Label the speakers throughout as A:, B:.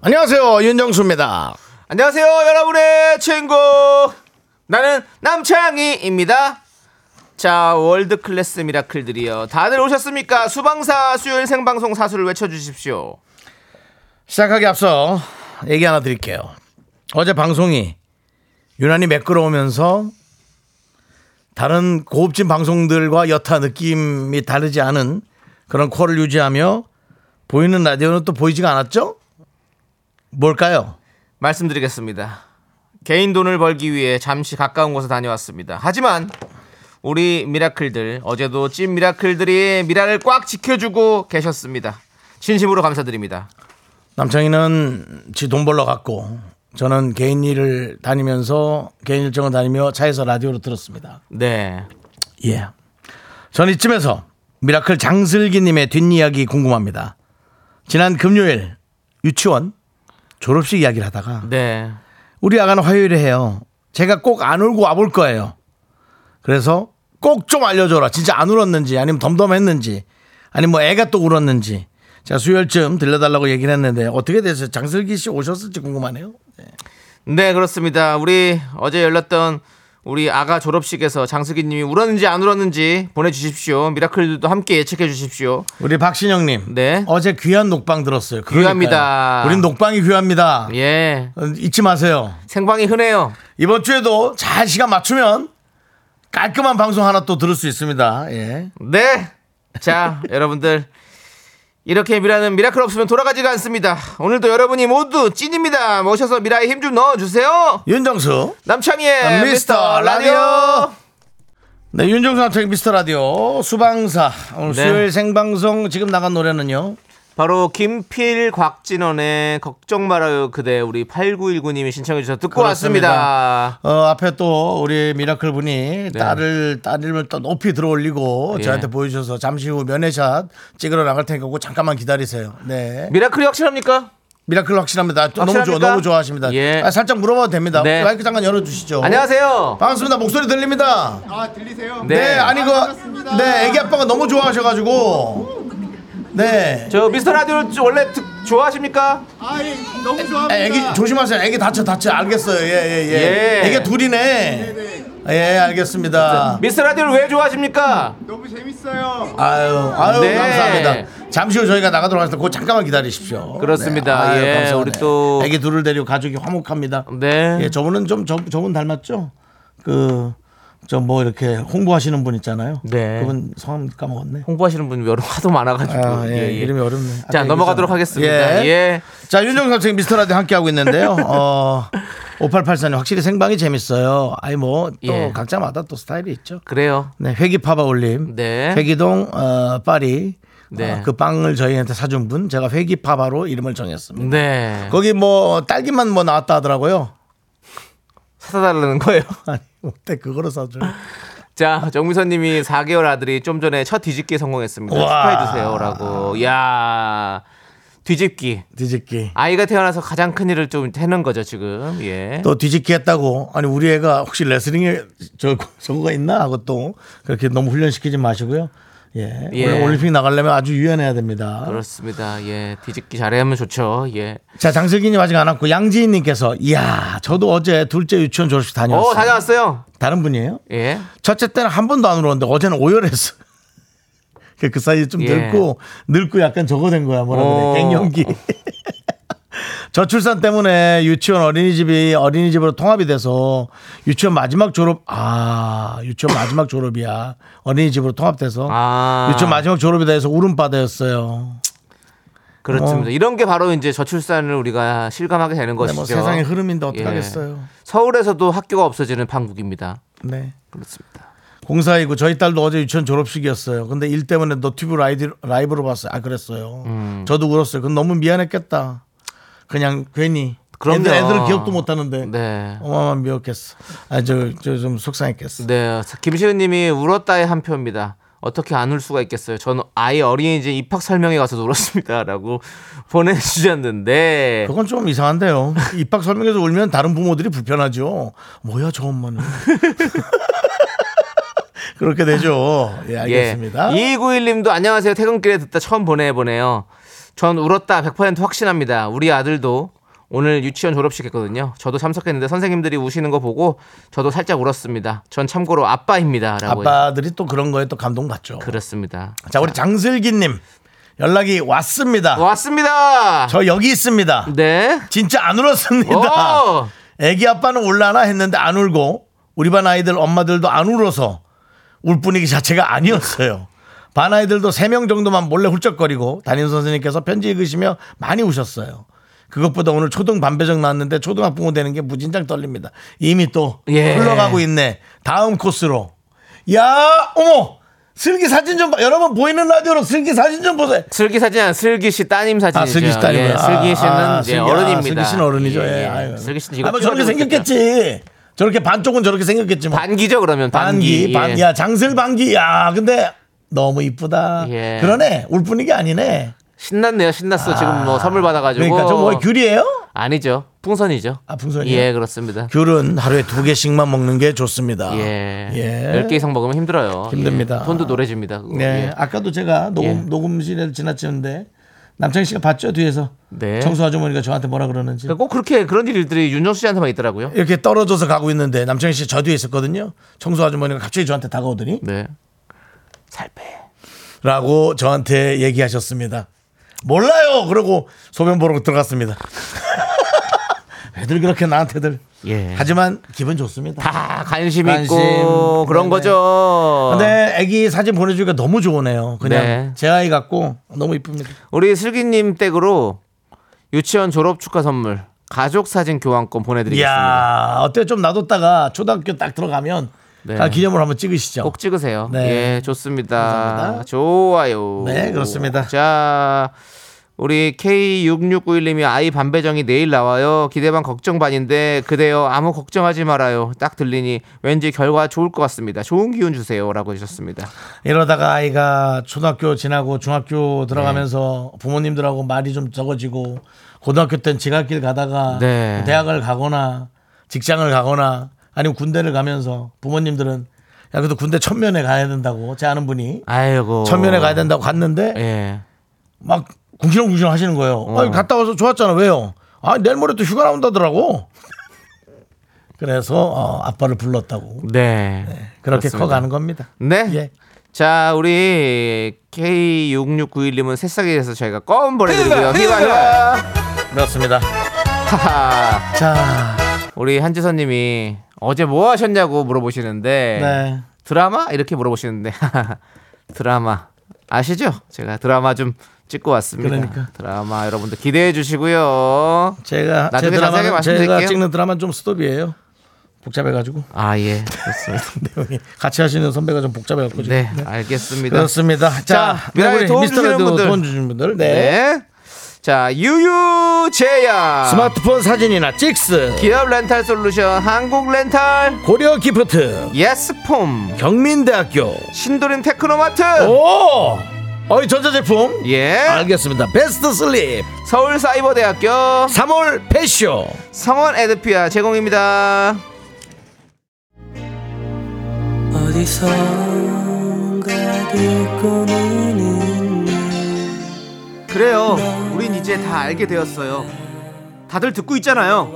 A: 안녕하세요 윤정수입니다
B: 안녕하세요, 여러분의 친구. 나는 남창희입니다. 자, 월드 클래스 미라클들이요. 다들 오셨습니까? 수방사 수요일 생방송 사수를 외쳐주십시오.
A: 시작하기 앞서 얘기 하나 드릴게요 어제 방송이 유난히 매끄러우면서 다른 고급진 방송들과 여타 느낌이 다르지 않은 그런 코를 유지하며 보이는 라디오는 또 보이지가 않았죠? 뭘까요?
B: 말씀드리겠습니다. 개인 돈을 벌기 위해 잠시 가까운 곳에 다녀왔습니다. 하지만 우리 미라클들 어제도 찐 미라클들이 미라를 꽉 지켜주고 계셨습니다. 진심으로 감사드립니다.
A: 남창희는 지 돈 벌러 갔고 저는 개인 일을 다니면서 개인 일정을 다니며 차에서 라디오로 들었습니다.
B: 네.
A: 예. 전 이쯤에서 미라클 장슬기님의 뒷이야기 궁금합니다. 지난 금요일 유치원 졸업식 이야기를 하다가
B: 네.
A: 우리 아가는 화요일에 해요. 제가 꼭 안 울고 와볼 거예요. 그래서 꼭 좀 알려줘라. 진짜 안 울었는지 아니면 덤덤했는지 아니면 뭐 애가 또 울었는지 제가 수요일쯤 들려달라고 얘기를 했는데 어떻게 됐어요? 장슬기 씨 오셨을지 궁금하네요.
B: 네 그렇습니다 우리 어제 열렸던 우리 아가 졸업식에서 장수기님이 울었는지 안 울었는지 보내주십시오 미라클들도 함께 예측해 주십시오
A: 우리 박신영님.
B: 네.
A: 어제 귀한 녹방 들었어요. 그러니까요.
B: 귀합니다.
A: 우린 녹방이 귀합니다.
B: 예
A: 어, 잊지 마세요.
B: 생방이 흔해요
A: 이번 주에도 잘 시간 맞추면 깔끔한 방송 하나 또 들을 수 있습니다. 예.
B: 네. 네자 여러분들 이렇게 미라는 미라클 없으면 돌아가지가 않습니다 오늘도 여러분이 모두 찐입니다 모셔서 미라에 힘 좀 넣어주세요
A: 윤정수.
B: 남창희의
A: 미스터
B: 아, 네, 미스터
A: 라디오.
B: 라디오
A: 네, 윤정수 한테 미스터 라디오 수방사 오늘
B: 네.
A: 수요일 생방송 지금 나간 노래는요.
B: 바로 김필 곽진원의 걱정 말아요 그대 우리 8919님이 신청해 주셔서 듣고
A: 그렇습니다.
B: 왔습니다
A: 어, 앞에 또 우리 미라클 분이 딸을 딸 이름을 또 높이 들어올리고
B: 네. 예.
A: 저한테 보여주셔서 잠시 후 면회샷 찍으러 나갈 테니까 그거 잠깐만 기다리세요. 네,
B: 미라클이 확실합니까?
A: 미라클 확실합니다. 또 너무 좋아,
B: 확실합니까?
A: 너무 좋아하십니다.
B: 예.
A: 아, 살짝 물어봐도 됩니다.
B: 네.
A: 마이크 잠깐 열어주시죠.
B: 안녕하세요.
A: 반갑습니다. 목소리 들립니다.
B: 네.
A: 네, 아니 그, 네, 애기 아빠가 너무 좋아하셔가지고, 네,
B: 저 미스터 라디오를 원래 듣- 좋아하십니까?
A: 아, 애기 조심하세요. 애기 다쳐 다쳐 알겠어요. 예, 예, 예.
B: 예.
A: 애기 둘이네. 예, 알겠습니다.
B: 미스터 라디오를 왜 좋아하십니까?
A: 아유, 아유,
B: 네.
A: 감사합니다. 잠시 후 저희가 나가도록 하겠습니다. 그거 잠깐만 기다리십시오.
B: 그렇습니다. 예,
A: 감사하네.
B: 우리 또-
A: 애기 둘을 데리고 가족이 화목합니다.
B: 네.
A: 예, 저분은 좀 저, 저분 닮았죠? 그. 저 뭐 이렇게 홍보하시는 분 있잖아요.
B: 네.
A: 그분 성함 까먹었네.
B: 홍보하시는 분이 여러 하도 많아가지고.
A: 아, 예, 이름이 어렵네. 아까
B: 자 넘어가도록
A: 얘기했잖아요.
B: 하겠습니다.
A: 예.
B: 예.
A: 자, 윤정수 선생님 미스터라디오 함께하고 있는데요. 어, 5884님 확실히 생방이 재밌어요. 아이 뭐 또
B: 예.
A: 각자마다 또 스타일이 있죠.
B: 그래요.
A: 네, 회기파바 올림.
B: 네.
A: 회기동 어, 파리.
B: 네.
A: 어, 그 빵을 저희한테 사준 분 제가 회기파바로 이름을 정했습니다.
B: 네.
A: 거기 뭐 딸기만 뭐 나왔다 하더라고요.
B: 사다 달라는 거예요.
A: 아니, 어때 그거로 사줘.
B: 자 정미선님이 4개월 아들이 좀 전에 첫 뒤집기에 성공했습니다.
A: 우와.
B: 축하해 주세요라고. 야 뒤집기.
A: 뒤집기.
B: 아이가 태어나서 가장 큰 일을 좀 해는 거죠 지금. 예.
A: 또 뒤집기 했다고 아니 우리 애가 혹시 레슬링에 저 저거가 있나 하고 또 그렇게 너무 훈련시키지 마시고요. 예.
B: 예.
A: 원래 올림픽 나가려면 아주 유연해야 됩니다.
B: 그렇습니다. 예, 뒤집기 잘하면 좋죠. 예.
A: 자, 장슬기님 아직 안 왔고 양지인 님께서 이야, 저도 어제 둘째 유치원 졸업식 다녀왔어요.
B: 어, 다녀왔어요.
A: 다른 분이에요?
B: 예.
A: 첫째 때는 한 번도 안 울었는데 어제는 오열했어. 그- 그 사이에 좀
B: 예.
A: 늙고 늙고 약간 저거 된 거야 뭐라
B: 어.
A: 그래 갱년기 저출산 때문에 유치원 어린이집이 어린이집으로 통합이 돼서 유치원 마지막 졸업 아 유치원 마지막 졸업이야 어린이집으로 통합돼서
B: 아.
A: 유치원 마지막 졸업이 돼서 울음바다였어요
B: 그렇습니다. 이런 게 바로 이제 저출산을 우리가 실감하게 되는
A: 어. 네,
B: 것이죠.
A: 뭐 세상의 흐름인데
B: 예.
A: 어떡하겠어요
B: 서울에서도 학교가 없어지는 판국입니다.
A: 네
B: 그렇습니다.
A: 공사이고 저희 딸도 어제 유치원 졸업식이었어요. 근데 일 때문에 너튜브 라이드,
B: 음.
A: 라이브로 봤어요. 아 그랬어요. 저도 울었어요. 그건 너무 미안했겠다. 그냥 괜히
B: 그럼요.
A: 애들, 애들은 기억도 못 하는데.
B: 네.
A: 어마어마한 미웠겠어. 아, 저, 저 좀 속상했겠어.
B: 네, 김시은님이 울었다의 한 표입니다. 어떻게 안 울 수가 있겠어요? 저는 아이 어린이집 입학 설명회 가서 울었습니다라고 보내주셨는데
A: 그건 좀 이상한데요. 입학 설명에서 울면 다른 부모들이 불편하죠. 뭐야, 저 엄마는. 그렇게 되죠. 예, 알겠습니다.
B: 예. 2291님도 안녕하세요. 퇴근길에 듣다 처음 보내보네요. 전 울었다 100% 확신합니다. 우리 아들도 오늘 유치원 졸업식 했거든요. 저도 참석했는데 선생님들이 우시는 거 보고 저도 살짝 울었습니다. 전 참고로 아빠입니다. 라고 해주-
A: 아빠들이 또 그런 거에 또 감동받죠.
B: 그렇습니다.
A: 자, 우리 장슬기님. 연락이 왔습니다.
B: 왔습니다.
A: 저 여기 있습니다.
B: 네.
A: 진짜 안 울었습니다.
B: 오!
A: 애기 아빠는 울라나 했는데 안 울고 우리 반 아이들 엄마들도 안 울어서 울 분위기 자체가 아니었어요. 반 아이들도 3명 정도만 몰래 훌쩍거리고 담임 선생님께서 편지 읽으시며 많이 우셨어요. 그것보다 오늘 초등 반배정 나왔는데 초등학부모 되는 게 무진장 떨립니다. 이미 또
B: 예.
A: 흘러가고 있네. 다음 코스로. 야, 어머! 슬기 사진 좀 봐. 여러분 보이는 라디오로 슬기 사진 좀 보세요.
B: 슬기 사진 아 슬기 씨 따님 사진이죠.
A: 아, 슬기 씨 따님이요.
B: 예, 슬기 씨는
A: 아,
B: 이제
A: 슬기- 아,
B: 어른입니다.
A: 슬기 씨는 어른이죠. 예, 아유.
B: 슬기 씨는
A: 아마 저렇게 생겼겠지. 저렇게 반쪽은 저렇게 생겼겠지. 뭐.
B: 반기죠 그러면
A: 반기,
B: 반기. 예.
A: 반기. 야, 장슬 반기. 야, 근데 너무 이쁘다.
B: 예.
A: 그러네. 울 분위기 아니네.
B: 신났네요. 신났어. 지금 뭐 선물 받아가지고.
A: 그러니까 저 뭐 귤이에요?
B: 아니죠. 풍선이죠.
A: 아, 풍선이요?
B: 예, 그렇습니다.
A: 귤은 하루에 두 개씩만 먹는 게 좋습니다.
B: 예.
A: 예.
B: 열 10개 이상 먹으면 힘들어요.
A: 힘듭니다.
B: 예. 돈도 노래집니다. 그거.
A: 네,
B: 예.
A: 아까도 제가 녹음
B: 예.
A: 녹음실에 지나치는데 남창희 씨가 봤죠 뒤에서
B: 네.
A: 청소 아주머니가 저한테 뭐라 그러는지.
B: 그러니까 꼭 그렇게 그런 일들이 윤정수 씨한테만 있더라고요.
A: 이렇게 떨어져서 가고 있는데 남창희 씨 저 뒤에 있었거든요. 청소 아주머니가 갑자기 저한테 다가오더니
B: 네. 살 빼.
A: 라고 저한테 얘기하셨습니다. 몰라요. 그러고 소변 보러 들어갔습니다. 애들 그렇게 나한테들.
B: 예.
A: 하지만 기분 좋습니다.
B: 다 관심,
A: 관심.
B: 있고
A: 네네.
B: 그런
A: 네.
B: 거죠.
A: 근데 애기 사진 보내주니까 너무 좋으네요. 그냥
B: 네.
A: 제 아이 같고 너무 이쁩니다.
B: 우리 슬기님 댁으로 유치원 졸업 축하 선물 가족 사진 교환권 보내드리겠습니다.
A: 이야 어때요? 좀 놔뒀다가 초등학교 딱 들어가면
B: 네.
A: 다 기념으로 한번 찍으시죠.
B: 꼭 찍으세요.
A: 네.
B: 예, 좋습니다.
A: 감사합니다.
B: 좋아요.
A: 네, 그렇습니다.
B: 자, 우리 K6691님이 아이 반배정이 내일 나와요. 기대반 걱정 반인데 그대요. 아무 걱정하지 말아요. 딱 들리니 왠지 결과 좋을 것 같습니다. 좋은 기운 주세요라고 해주셨습니다.
A: 이러다가 아이가 초등학교 지나고 중학교 들어가면서 부모님들하고 말이 좀 적어지고 고등학교 땐 지각길 가다가
B: 네.
A: 대학을 가거나 직장을 가거나 아니면 군대를 가면서 부모님들은 야 그래도 군대 천면에 가야 된다고 제 아는 어. 분이
B: 아이고.
A: 천면에 가야 된다고 네. 갔는데
B: 예.
A: 막 궁시렁궁시렁 하시는 거예요. 아니, 갔다 와서 좋았잖아. 왜요? 아, 내일 모레 또 휴가 나온다더라고. 그래서 어, 아빠를 불렀다고.
B: 네.
A: 그렇게
B: 그렇습니다.
A: 커가는 겁니다.
B: 네.
A: 예.
B: 자, 우리 K6691님은 새싹에 대해서 저희가 껌 보내드리고요. 히바, 히바.
A: 네. 그렇습니다.
B: 하하.
A: 자,
B: 우리 한지선님이 어제 뭐 하셨냐고 물어보시는데
A: 네.
B: 드라마 이렇게 물어보시는데 드라마 아시죠? 제가 드라마 좀 찍고 왔습니다.
A: 그러니까.
B: 드라마 여러분들 기대해 주시고요.
A: 제가 제
B: 나중에 자세하게
A: 드라마 제가
B: 말씀드릴게요.
A: 찍는 드라마는 좀 스톱이에요. 복잡해가지고
B: 아 예, 그렇습니다.
A: 내용이 같이 하시는 선배가 좀 복잡해가지고 지금.
B: 네,
A: 네.
B: 알겠습니다.
A: 그렇습니다. 자,
B: 자,
A: 네,
B: 미라에
A: 우리
B: 도움
A: 미스터
B: 주시는
A: 라디오
B: 분들.
A: 도움 주신 분들, 네.
B: 네. 자, 유유제야.
A: 스마트폰 사진이나 찍스
B: 기업 렌탈 솔루션 한국 렌탈
A: 고려 기프트
B: 예스폼
A: 경민대학교
B: 신도림 테크노마트
A: 오, 어이 전자제품
B: 예
A: 알겠습니다. 베스트 슬립
B: 서울사이버대학교
A: 3월 패쇼
B: 성원 에드피아 제공입니다. 그래요. 우린 이제 다 알게 되었어요. 다들 듣고 있잖아요.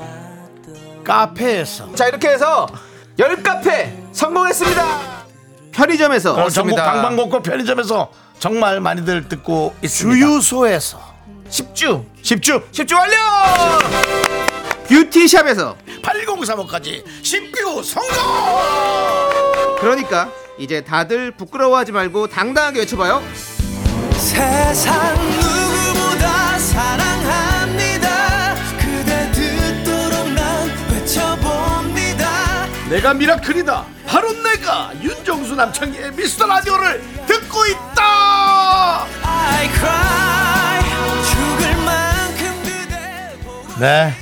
A: 카페에서
B: 자 이렇게 해서 열 카페 성공했습니다. 편의점에서
A: 어, 전국 방방곡곡 편의점에서 정말 많이들 듣고 있습니다. 주유소에서
B: 10주
A: 10주
B: 10주 완료. 뷰티샵에서
A: 8035까지 10뷰 성공!
B: 그러니까 이제 다들 부끄러워하지 말고 당당하게 외쳐봐요.
C: 세상 누구보다 사랑합니다 그대 듣도록 난 외쳐봅니다
A: 내가 미라클이다. 바로 내가 윤정수 남창희의 미스터 라디오를 듣고 있다.
C: I cry 죽을 만큼 그대 보고
A: 네.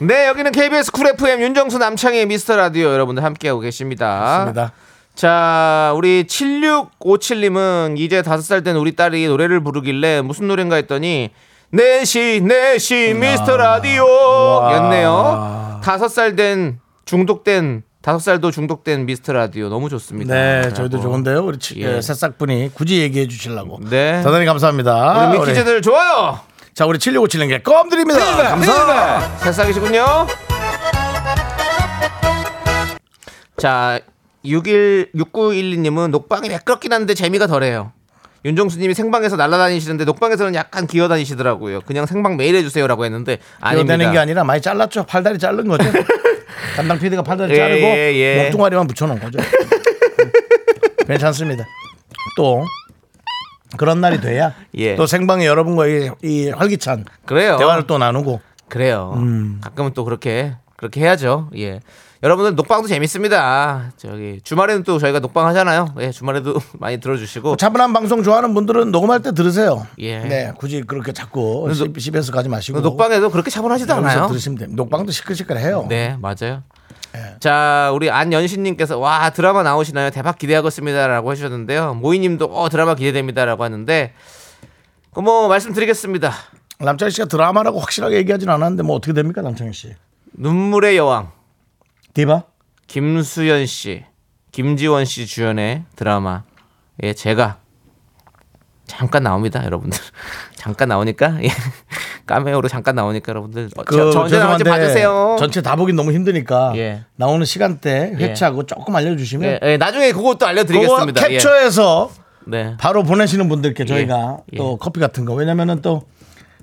B: 네, 여기는 KBS 쿨 FM 윤정수 남창희 미스터 라디오 여러분들 함께하고 계십니다.
A: 맞습니다.
B: 자, 우리 7657님은 이제 다섯 살 된 우리 딸이 노래를 부르길래 무슨 노래인가 했더니 내시 내시 미스터 라디오 였네요. 다섯 살 된 중독된 다섯 살도 중독된 미스터 라디오 너무 좋습니다.
A: 네,
B: 라고.
A: 저희도 좋은데요. 우리 치-
B: 예.
A: 예, 새싹분이 굳이 얘기해 주시려고.
B: 네.
A: 대단히 감사합니다.
B: 우리 미키즈들 좋아요.
A: 우리- 자, 우리 7657님께 껌 드립니다. 감사합니다.
B: 아, 새싹이시군요. 자, 61 6912님은 녹방이 매끄럽긴 한데 재미가 덜해요. 윤종수님이 생방에서 날아다니시는데 녹방에서는 약간 기어다니시더라고요. 그냥 생방 매일 해주세요라고 했는데 아닙니다.
A: 되는 게 아니라 많이 잘랐죠. 팔다리 자른 거죠. 담당 PD가 팔다리
B: 예,
A: 자르고
B: 예.
A: 목동아리만 붙여놓은 거죠. 음. 괜찮습니다. 또 그런 날이 돼야
B: 예.
A: 또 생방에 여러분과의 이 활기찬
B: 그래요.
A: 대화를 음. 또 나누고
B: 그래요. 가끔은 또 그렇게 그렇게 해야죠. 예. 여러분들 녹방도 재밌습니다. 저기 주말에는 또 저희가 녹방 하잖아요. 예, 주말에도 많이 들어주시고
A: 차분한 방송 좋아하는 분들은 녹음할 때 들으세요.
B: 예.
A: 네, 굳이 그렇게 자꾸 시- 집에서 가지 마시고
B: 녹방에도 그렇게 차분하지도
A: 여기서
B: 않아요.
A: 들으시면 됩니다. 녹방도 시끌시끌해요.
B: 네, 맞아요. 자, 우리 안연신님께서 와 드라마 나오시나요? 대박 기대하고 있습니다라고 해주셨는데요. 모이님도 어 드라마 기대됩니다라고 하는데, 그뭐 말씀드리겠습니다.
A: 남창희 씨가 드라마라고 확실하게 얘기하진 않았는데 뭐 어떻게 됩니까, 남창희 씨?
B: 눈물의 여왕
A: 디바?
B: 김수현 씨, 김지원 씨 주연의 드라마 예 제가 잠깐 나옵니다, 여러분들. 잠깐 나오니까 예. 까메오로 잠깐 나오니까 여러분들 어, 저- 저 언제
A: 그 죄송한데
B: 나오는지 봐주세요.
A: 전체 다 보긴 너무 힘드니까
B: 예.
A: 나오는 시간대 회차하고 조금 알려주시면
B: 예, 예, 나중에 그것도
A: 그거
B: 알려드리겠습니다. 예.
A: 캡처해서
B: 네.
A: 바로 보내시는 분들께 저희가
B: 예.
A: 또 커피 같은 거 왜냐면은 또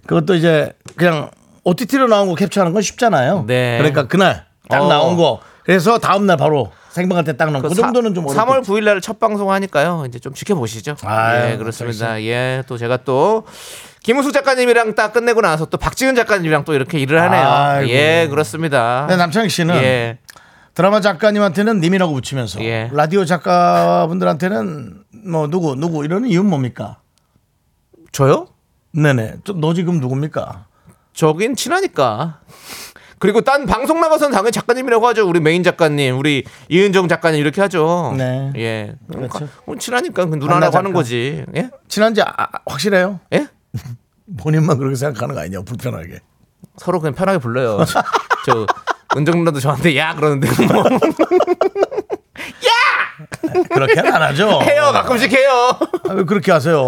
A: 그것도 이제 그냥 OTT로 나온 거 캡처하는 건 쉽잖아요.
B: 네.
A: 그러니까 그날 딱
B: 어.
A: 나온 거 그래서 다음 날 바로 생방할 때 딱 나온 그,
B: 그
A: 정도는 좀
B: 3월
A: 어렵겠죠.
B: 9일 날 첫 방송 하니까요. 이제 좀 지켜보시죠.
A: 아유,
B: 예, 그렇습니다. 예, 또 제가 또 김우수 작가님이랑 딱 끝내고 나서 또 박지은 작가님이랑 또 이렇게 일을 하네요.
A: 아이고.
B: 예, 그렇습니다.
A: 네, 남창희 씨는
B: 예.
A: 드라마 작가님한테는 님이라고 붙이면서
B: 예.
A: 라디오 작가분들한테는 뭐 누구 누구 이런 이유는 뭡니까?
B: 저요?
A: 네네. 저- 너 지금 누굽니까?
B: 저긴 친하니까. 그리고 딴 방송 나가서는 당연히 작가님이라고 하죠. 우리 메인 작가님, 우리 이은정 작가님 이렇게 하죠.
A: 네.
B: 예.
A: 그렇죠.
B: 그럼 친하니까 그
A: 만나
B: 누나라고
A: 작가.
B: 하는 거지. 예?
A: 친한지 아- 아- 확실해요?
B: 예?
A: 본인만 그렇게 생각하는 거 아니냐 불편하게.
B: 서로 그냥 편하게 불러요. 저- 저 은정 누나도 저한테 야 그러는데 뭐
A: 그렇게는 안 하죠.
B: 해요 가끔씩 해요.
A: 아, 왜 그렇게 하세요?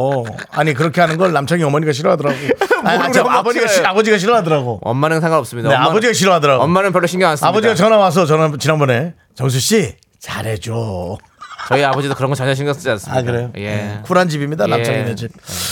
A: 아니 그렇게 하는 걸 남창희 어머니가 싫어하더라고. 아니, 아니, 저
B: 모르는
A: 아버지가
B: 거지.
A: 싫, 아버지가 싫어하더라고.
B: 엄마는 상관없습니다.
A: 네,
B: 엄마는-
A: 아버지가 싫어하더라고.
B: 엄마는 별로 신경 안 씁니다.
A: 아버지가 전화 와서 전화 지난번에 정수 씨 잘해줘.
B: 저희 아버지도 그런 거 전혀 신경 쓰지 않습니다.
A: 아 그래요?
B: 예.
A: 네, 쿨한 집입니다. 남창희네
B: 예.
A: 집.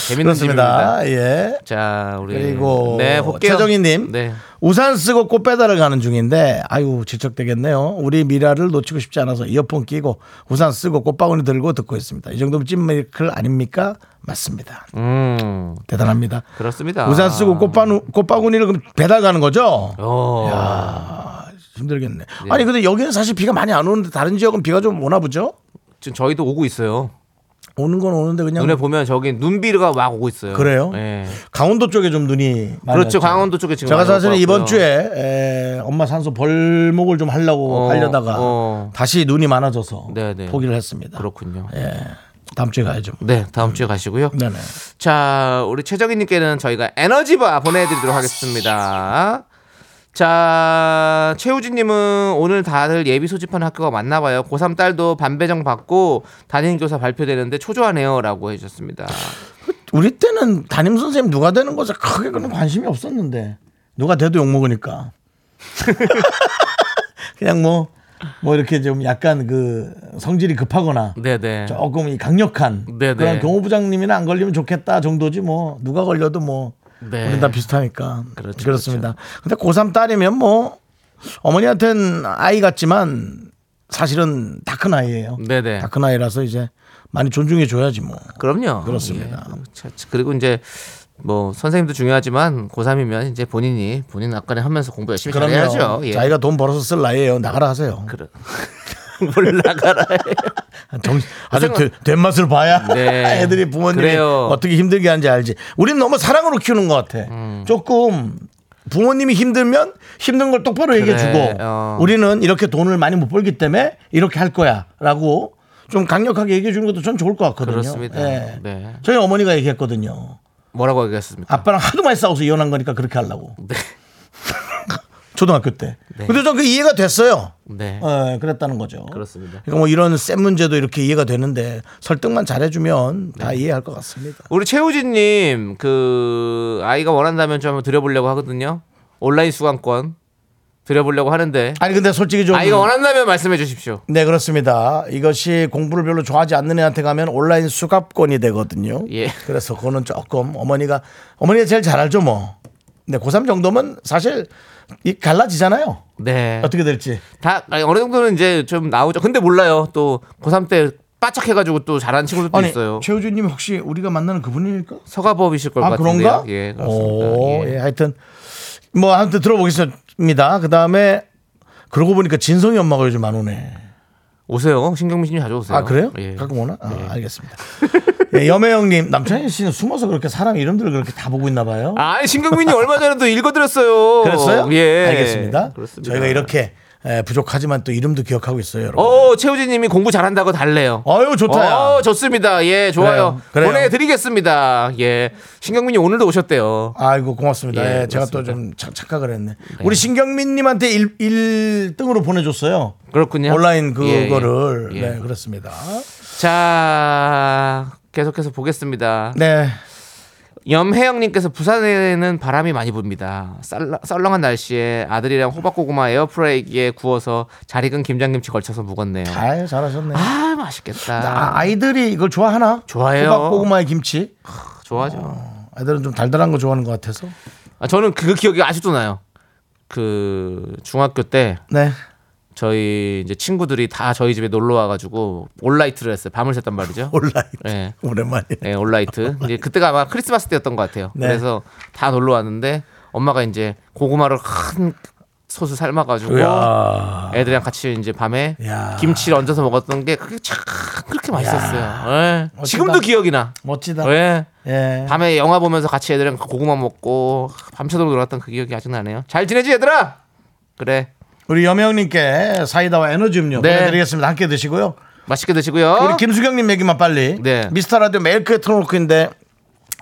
B: 재밌는
A: 그렇습니다.
B: 집입니다.
A: 예.
B: 자 우리
A: 그리고
B: 네 볼게요.
A: 최정희님
B: 네.
A: 우산 쓰고 꽃 배달을 가는 중인데 아유 질척되겠네요. 우리 미라를 놓치고 싶지 않아서 이어폰 끼고 우산 쓰고 꽃바구니 들고 듣고 있습니다. 이 정도면 찐메이클 아닙니까? 맞습니다.
B: 음
A: 대단합니다.
B: 그렇습니다.
A: 우산 쓰고 꽃바구, 꽃바구니를 그럼 배달 가는 거죠? 아,
B: 어.
A: 힘들겠네.
B: 예.
A: 아니 근데 여기는 사실 비가 많이 안 오는데 다른 지역은 비가 좀 오나 보죠?
B: 지금 저희도 오고 있어요.
A: 오는 건 오는데 그냥
B: 눈에 보면 저기 눈비가 막 오고 있어요.
A: 그래요?
B: 예.
A: 강원도 쪽에 좀 눈이 많이
B: 그렇죠.
A: 왔죠.
B: 강원도 쪽에 지금
A: 제가
B: 많이
A: 사실은
B: 오고
A: 이번
B: 왔고요.
A: 주에 에, 엄마 산소 벌목을 좀 하려고
B: 어,
A: 하려다가
B: 어.
A: 다시 눈이 많아져서
B: 네, 네.
A: 포기를 했습니다.
B: 그렇군요.
A: 다음 주에 가야죠.
B: 네 다음 주에 가시고요.
A: 네네.
B: 자, 우리 최정희님께는 저희가 에너지바 보내드리도록 하겠습니다. 자, 최우진님은 오늘 다들 예비 소집한 학교가 맞나봐요. 고3 딸도 반배정 받고 담임교사 발표되는데 초조하네요. 라고 해주셨습니다.
A: 우리 때는 담임 선생님 누가 되는 것에 크게 그런 관심이 없었는데 누가 돼도 욕 먹으니까 그냥 뭐 뭐 이렇게 좀 약간 그 성질이 급하거나
B: 네네.
A: 조금 이 강력한
B: 네네.
A: 그런 경호부장님이나 안 걸리면 좋겠다 정도지 뭐 누가 걸려도 뭐
B: 네.
A: 우린 다 비슷하니까
B: 그렇죠,
A: 그렇습니다 근데 고3 딸이면 뭐 어머니한테는 아이 같지만 사실은 다 큰 아이예요.
B: 네네.
A: 다 큰 아이라서 이제 많이 존중해 줘야지 뭐.
B: 그럼요.
A: 그렇습니다.
B: 예. 자, 그리고 이제 뭐 선생님도 중요하지만 고3이면 이제 본인이 본인 앞간에 하면서 공부 열심히 잘해야죠. 예.
A: 자기가 돈 벌어서 쓸 나이예요. 나가라 하세요.
B: 그래. 뭘 나가라 해요.
A: 정, 아주 되- 된 맛을 봐야
B: 네.
A: 애들이 부모님이
B: 그래요. 음.
A: 어떻게 힘들게 하는지 알지. 우린 너무 사랑으로 키우는 것 같아. 조금 부모님이 힘들면 힘든 걸 똑바로 얘기해주고
B: 어.
A: 우리는 이렇게 돈을 많이 못 벌기 때문에 이렇게 할 거야라고 좀 강력하게 얘기해 주는 것도 전 좋을 것 같거든요.
B: 그렇습니다.
A: 예.
B: 네.
A: 저희 어머니가 얘기했거든요.
B: 뭐라고 얘기했습니까?
A: 아빠랑 하도 많이 싸워서 이혼한 거니까 그렇게 하려고.
B: 네.
A: 초등학교 때.
B: 네.
A: 근데 전 그 이해가 됐어요.
B: 네.
A: 예, 그랬다는 거죠.
B: 그렇습니다.
A: 그러니까 뭐 이런 센 문제도 이렇게 이해가 되는데 설득만 잘해주면
B: 네.
A: 다 이해할 것 같습니다.
B: 우리 최우진님 그 아이가 원한다면 좀 한번 드려보려고 하거든요. 온라인 수강권 드려보려고 하는데
A: 아니 근데 솔직히 좀
B: 아이가 원한다면 말씀해 주십시오.
A: 네 그렇습니다. 이것이 공부를 별로 좋아하지 않는 애한테 가면 온라인 수갑권이 되거든요.
B: 예.
A: 그래서 그거는 조금 어머니가 어머니가 제일 잘 알죠 뭐. 근데 고3 정도면 사실 이 갈라지잖아요.
B: 네.
A: 어떻게 될지.
B: 다 아니, 어느 정도는 이제 좀 나오죠. 근데 몰라요. 또 고3 때 빠짝해가지고 또 잘하는 친구들도
A: 아니
B: 있어요.
A: 최우주님 혹시 우리가 만나는 그분입니까?
B: 서가법이실 것
A: 아
B: 같은데요.
A: 그런가?
B: 예, 그렇습니다.
A: 오,
B: 예.
A: 예. 하여튼 뭐 아무튼 들어보겠습니다. 그 다음에 그러고 보니까 진성이 엄마가 요즘 안 오네.
B: 오세요. 신경민님 자주 오세요.
A: 아 그래요?
B: 예.
A: 가끔 오나? 아, 알겠습니다. 예, 염혜영님 남창희 씨는 숨어서 그렇게 사람 이름들을 그렇게 다 보고 있나 봐요.
B: 아, 아니, 신경민이 얼마 전에 또 읽어드렸어요.
A: 그랬어요?
B: 예.
A: 알겠습니다.
B: 그렇습니다.
A: 저희가 이렇게 에, 부족하지만 또 이름도 기억하고 있어요, 여러분.
B: 어, 최우진님이 공부 잘한다고 달래요.
A: 아유 좋다. 야.
B: 어, 좋습니다. 예, 좋아요.
A: 그래요, 그래요.
B: 보내드리겠습니다. 예. 신경민이 오늘도 오셨대요.
A: 아이고 고맙습니다.
B: 예,
A: 예, 제가 또
B: 그렇습니다.
A: 좀 착각을 했네. 우리 신경민님한테 1, 일등으로 보내줬어요.
B: 그렇군요.
A: 온라인
B: 예, 예.
A: 그거를
B: 예.
A: 네 그렇습니다.
B: 자, 계속해서 보겠습니다.
A: 네
B: 염혜영님께서 부산에는 바람이 많이 붑니다. 썰렁- 썰렁한 날씨에 아들이랑 호박고구마 에어프라이기에 구워서 잘 익은 김장김치 걸쳐서 묵었네요.
A: 아유 잘하셨네. 요
B: 아, 맛있겠다.
A: 아, 아이들이 이걸 좋아하나?
B: 좋아해요.
A: 호박고구마에 김치.
B: 좋아하죠.
A: 아이들은 좀 달달한 거 좋아하는 것 같아서.
B: 아, 저는 그 기억이 아직도 나요. 그 중학교 때
A: 네.
B: 저희 이제 친구들이 다 저희 집에 놀러 와가지고 온라이트를 했어요. 밤을 샜단 말이죠.
A: 온라인.
B: 예.
A: 오랜만이네.
B: 예, 온라이트. 이제 그때가 아마 크리스마스 때였던 것 같아요.
A: 네.
B: 그래서 다 놀러 왔는데 엄마가 이제 고구마를 큰 소스 삶아가지고
A: 야.
B: 애들이랑 같이 이제 밤에
A: 야.
B: 김치를 얹어서 먹었던 게 그게 참 그렇게 맛있었어요. 예.
A: 멋지다.
B: 지금도 기억이 나.
A: 멋지다.
B: 예.
A: 예.
B: 밤에 영화 보면서 같이 애들이랑 그 고구마 먹고 밤새도록 놀았던 그 기억이 아직 나네요. 잘 지내지 얘들아? 그래.
A: 우리 여명님께 사이다와 에너지 음료
B: 네.
A: 보내드리겠습니다. 함께 드시고요.
B: 맛있게 드시고요.
A: 우리 김수경님 얘기만 빨리.
B: 네.
A: 미스터 라디오 매일 끝에 틀어놓고 있는데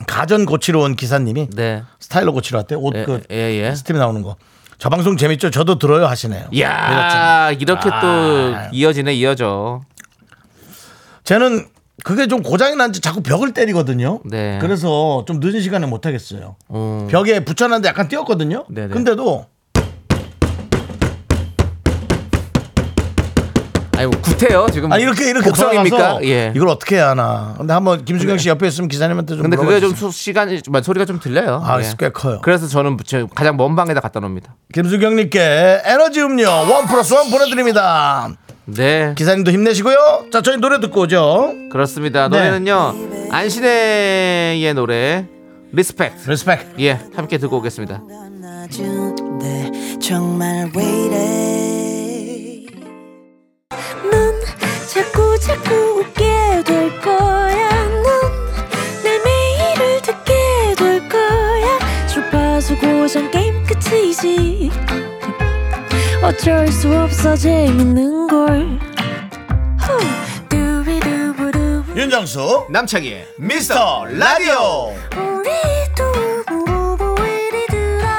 A: 가전 고치러 온 기사님이
B: 네.
A: 스타일러 고치러 왔대요. 옷
B: 예,
A: 그
B: 예, 예.
A: 스팀 나오는 거. 저 방송 재밌죠? 저도 들어요 하시네요.
B: 야 이렇게 또
A: 아.
B: 이어지네 이어져.
A: 쟤는 그게 좀 고장이 난지 자꾸 벽을 때리거든요.
B: 네.
A: 그래서 좀 늦은 시간에 못 하겠어요.
B: 어.
A: 벽에 붙여놨는데 약간 뛰었거든요.
B: 네네.
A: 근데도
B: 아니 뭐 구태요 지금.
A: 아 이렇게 이렇게
B: 곡성입니까?
A: 돌아가서
B: 예.
A: 이걸 어떻게 해야 하나. 근데 한번 김수경 씨 옆에 있으면 기사님한테 좀.
B: 근데
A: 물어봐
B: 그게 좀
A: 주세요.
B: 소, 시간이 좀- 소리가 좀 들려요.
A: 아,
B: 예.
A: 꽤 커요.
B: 그래서 저는 저- 가장 먼 방에다 갖다 놓습니다.
A: 김수경님께 에너지 음료 원 플러스 원 보내드립니다.
B: 네,
A: 기사님도 힘내시고요. 자, 저희 노래 듣고 오죠.
B: 그렇습니다.
A: 네.
B: 노래는요 안신혜의 노래 리스펙트.
A: 리스펙.
B: 예, 함께 듣고 오겠습니다.
D: 떠나준대 정말 왜 이래 넌 자꾸 자꾸 웃게 될 거야 넌내 매일을 듣게 될 거야 주파수 고정 게임 끝이지 어쩔 수 없어 재밌는 걸 후. 두비두부두.
A: 윤정수
B: 남창희의
A: 미스터 라디오.
D: 우리 두부부부 우리 두라.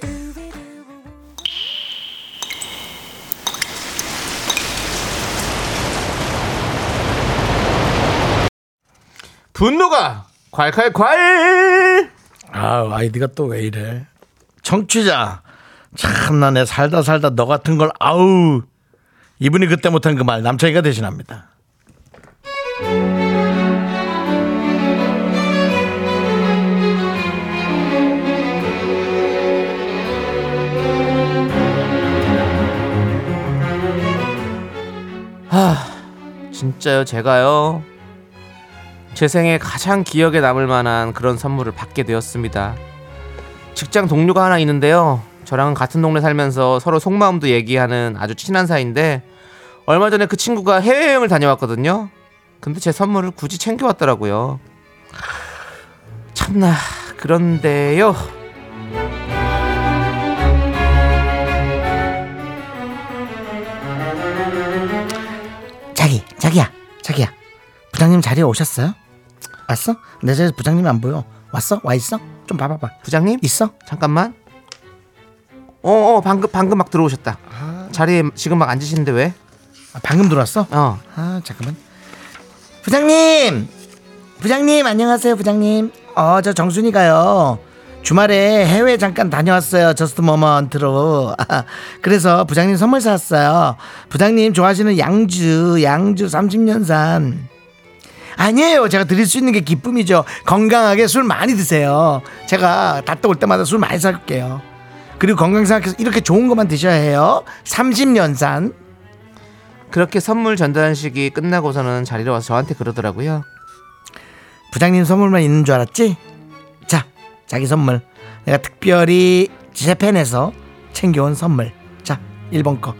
D: 두비두부부.
B: 분노가 콸콸콸.
A: 아, 아이디가 또 왜 이래? 청취자. 참나 내 살다 살다 너 같은 걸 아우. 이분이 그때 못한 그 말 남창이가 대신합니다.
B: 진짜요, 제가요. 제 생에 가장 기억에 남을 만한 그런 선물을 받게 되었습니다. 직장 동료가 하나 있는데요. 저랑 같은 동네 살면서 서로 속마음도 얘기하는 아주 친한 사이인데 얼마 전에 그 친구가 해외여행을 다녀왔거든요. 근데 제 선물을 굳이 챙겨왔더라고요. 참나 그런데요.
A: 에이 자기야 자기야 부장님 자리에 오셨어요? 왔어? 내 자리에서 부장님이 안 보여 왔어? 와 있어? 좀 봐봐봐
B: 부장님
A: 있어?
B: 잠깐만. 어, 어 방금 방금 막 들어오셨다. 자리에 지금 막 앉으시는데 왜?
A: 아, 방금 들어왔어?
B: 어.
A: 아 잠깐만 부장님 부장님 안녕하세요 부장님 어 저 정순이가요 주말에 해외 잠깐 다녀왔어요 저스트 머먼트로 그래서 부장님 선물 사왔어요 부장님 좋아하시는 양주 양주 30년산 아니에요 제가 드릴 수 있는 게 기쁨이죠 건강하게 술 많이 드세요 제가 갔다 올 때마다 술 많이 살게요 그리고 건강 생각해서 이렇게 좋은 것만 드셔야 해요 30년산
B: 그렇게 선물 전달식이 끝나고서는 자리로 와서 저한테 그러더라고요.
A: 부장님 선물만 있는 줄 알았지? 자, 자기 선물. 내가 특별히 재팬에서 챙겨온 선물. 자, 1번 거.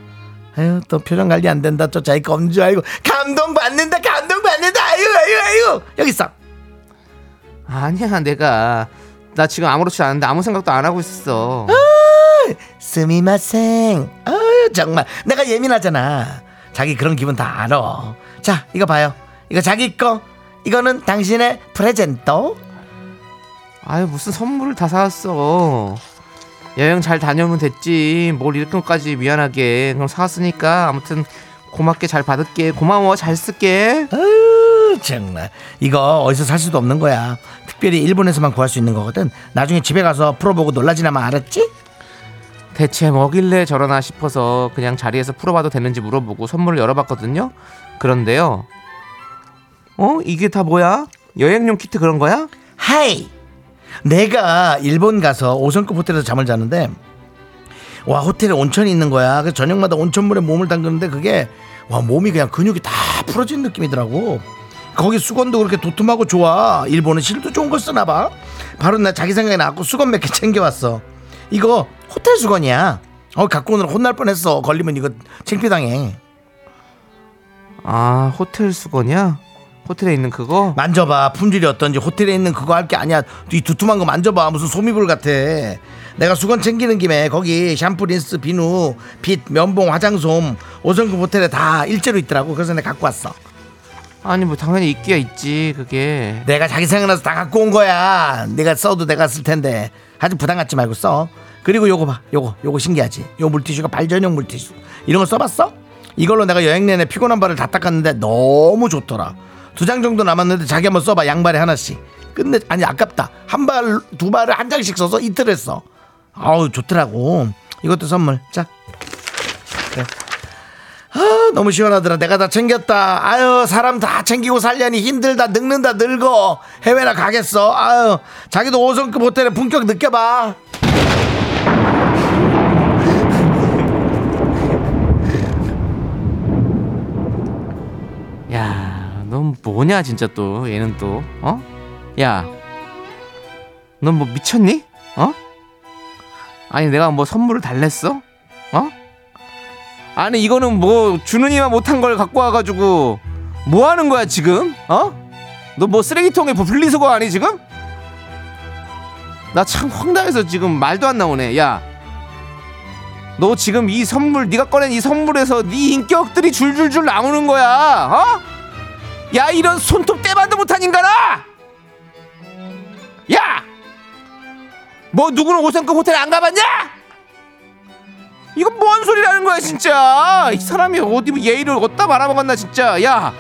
A: 아유, 또 표정 관리 안 된다. 또 자기 거 없는 줄 알고. 감동받는다, 감동받는다. 아유, 아유, 아유. 여기 있어.
B: 아니야 내가 나 지금 아무렇지 않은데 아무 생각도 안 하고 있었어.
A: 스미마생. 아유, 정말. 내가 예민하잖아. 자기 그런 기분 다 알아. 자, 이거 봐요. 이거 자기 거. 이거는 당신의 프레젠토.
B: 아유 무슨 선물을 다 사왔어. 여행 잘 다녀오면 됐지. 뭘 이렇게까지 미안하게 그럼 사왔으니까 아무튼 고맙게 잘 받을게. 고마워 잘 쓸게.
A: 아유 정말 이거 어디서 살 수도 없는 거야 특별히 일본에서만 구할 수 있는 거거든 나중에 집에 가서 풀어보고 놀라지나마 알았지?
B: 대체 뭐길래 저러나 싶어서 그냥 자리에서 풀어봐도 되는지 물어보고 선물을 열어봤거든요. 그런데요. 어 이게 다 뭐야? 여행용 키트 그런 거야?
A: 하이 내가 일본 가서 5성급 호텔에서 잠을 자는데 와 호텔에 온천이 있는 거야 그 저녁마다 온천물에 몸을 담그는데 그게 와 몸이 그냥 근육이 다 풀어진 느낌이더라고 거기 수건도 그렇게 도톰하고 좋아 일본은 실도 좋은 걸 쓰나 봐 바로 나 자기 생각이 나고 수건 몇 개 챙겨왔어 이거 호텔 수건이야 어 갖고 오느라 혼날 뻔했어 걸리면 이거 창피당해
B: 아 호텔 수건이야? 호텔에 있는 그거?
A: 만져봐 품질이 어떤지 호텔에 있는 그거 할 게 아니야 이 두툼한 거 만져봐 무슨 소미불 같아 내가 수건 챙기는 김에 거기 샴푸 린스 비누 빗 면봉 화장솜 오성급 호텔에 다 일제로 있더라고 그래서 내가 갖고 왔어
B: 아니 뭐 당연히 있기야 있지 그게
A: 내가 자기 생각나서 다 갖고 온 거야 내가 써도 내가 쓸 텐데 아주 부담 갖지 말고 써 그리고 요거 봐 요거 요거 신기하지 요 물티슈가 발전용 물티슈 이런 거 써봤어? 이걸로 내가 여행 내내 피곤한 발을 다 닦았는데 너무 좋더라 두 장 정도 남았는데 자기 한번 써봐 양발에 하나씩 끝내 아니 아깝다 한 발 두 발을 한 장씩 써서 이틀 했어 아우 좋더라고 이것도 선물 자 아, 너무 시원하더라. 내가 다 챙겼다. 아유, 사람 다 챙기고 살려니 힘들다. 늙는다, 늙어. 해외나 가겠어. 아유, 자기도 5성급 호텔의 품격 느껴봐.
B: 야 넌 뭐냐 진짜 또 얘는 또 어? 야 넌 뭐 미쳤니? 어? 아니 내가 뭐 선물을 달랬어? 어? 아니 이거는 뭐 주는이만 못한 걸 갖고 와가지고 뭐 하는 거야 지금? 어? 너 뭐 쓰레기통에 뭐 분리수거 아니 지금? 나 참 황당해서 지금 말도 안 나오네 야 너 지금 이 선물 네가 꺼낸 이 선물에서 네 인격들이 줄줄줄 나오는 거야 어? 야 이런 손톱 떼만도 못한 인간아 야! 뭐 누구는 5성급 호텔 안 가봤냐? 이거 뭔 소리라는 거야 진짜 이 사람이 어디 뭐 예의를 어디다 말아먹었나 진짜 야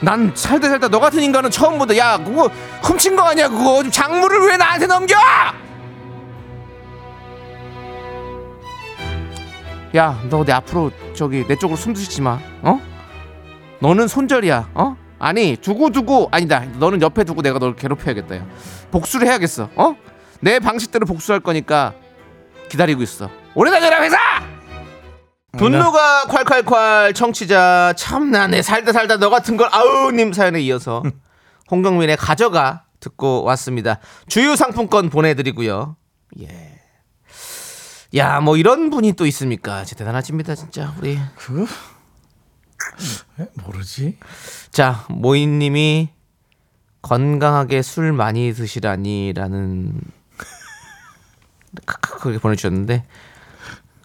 B: 난 살다 살다 너 같은 인간은 처음 본다 야 그거 훔친 거 아니야 그거 좀 장물을 왜 나한테 넘겨 야, 너 내 앞으로 저기 내 쪽으로 숨드시지 마. 어? 너는 손절이야. 어? 아니, 두고 두고 아니다. 너는 옆에 두고 내가 널 괴롭혀야겠다. 야. 복수를 해야겠어. 어? 내 방식대로 복수할 거니까 기다리고 있어. 오래 다녀라 회사! 분노가 콸콸콸 청취자 참나네 살다 살다 너 같은 걸 아우 님 사연에 이어서 홍경민의 가져가 듣고 왔습니다. 주유 상품권 보내드리고요. 야, 뭐 이런 분이 또 있습니까? 진짜 대단하십니다, 진짜. 우리
A: 그? 모르지?
B: 자, 모인 님이 건강하게 술 많이 드시라니라는 크크 그렇게 보내 주셨는데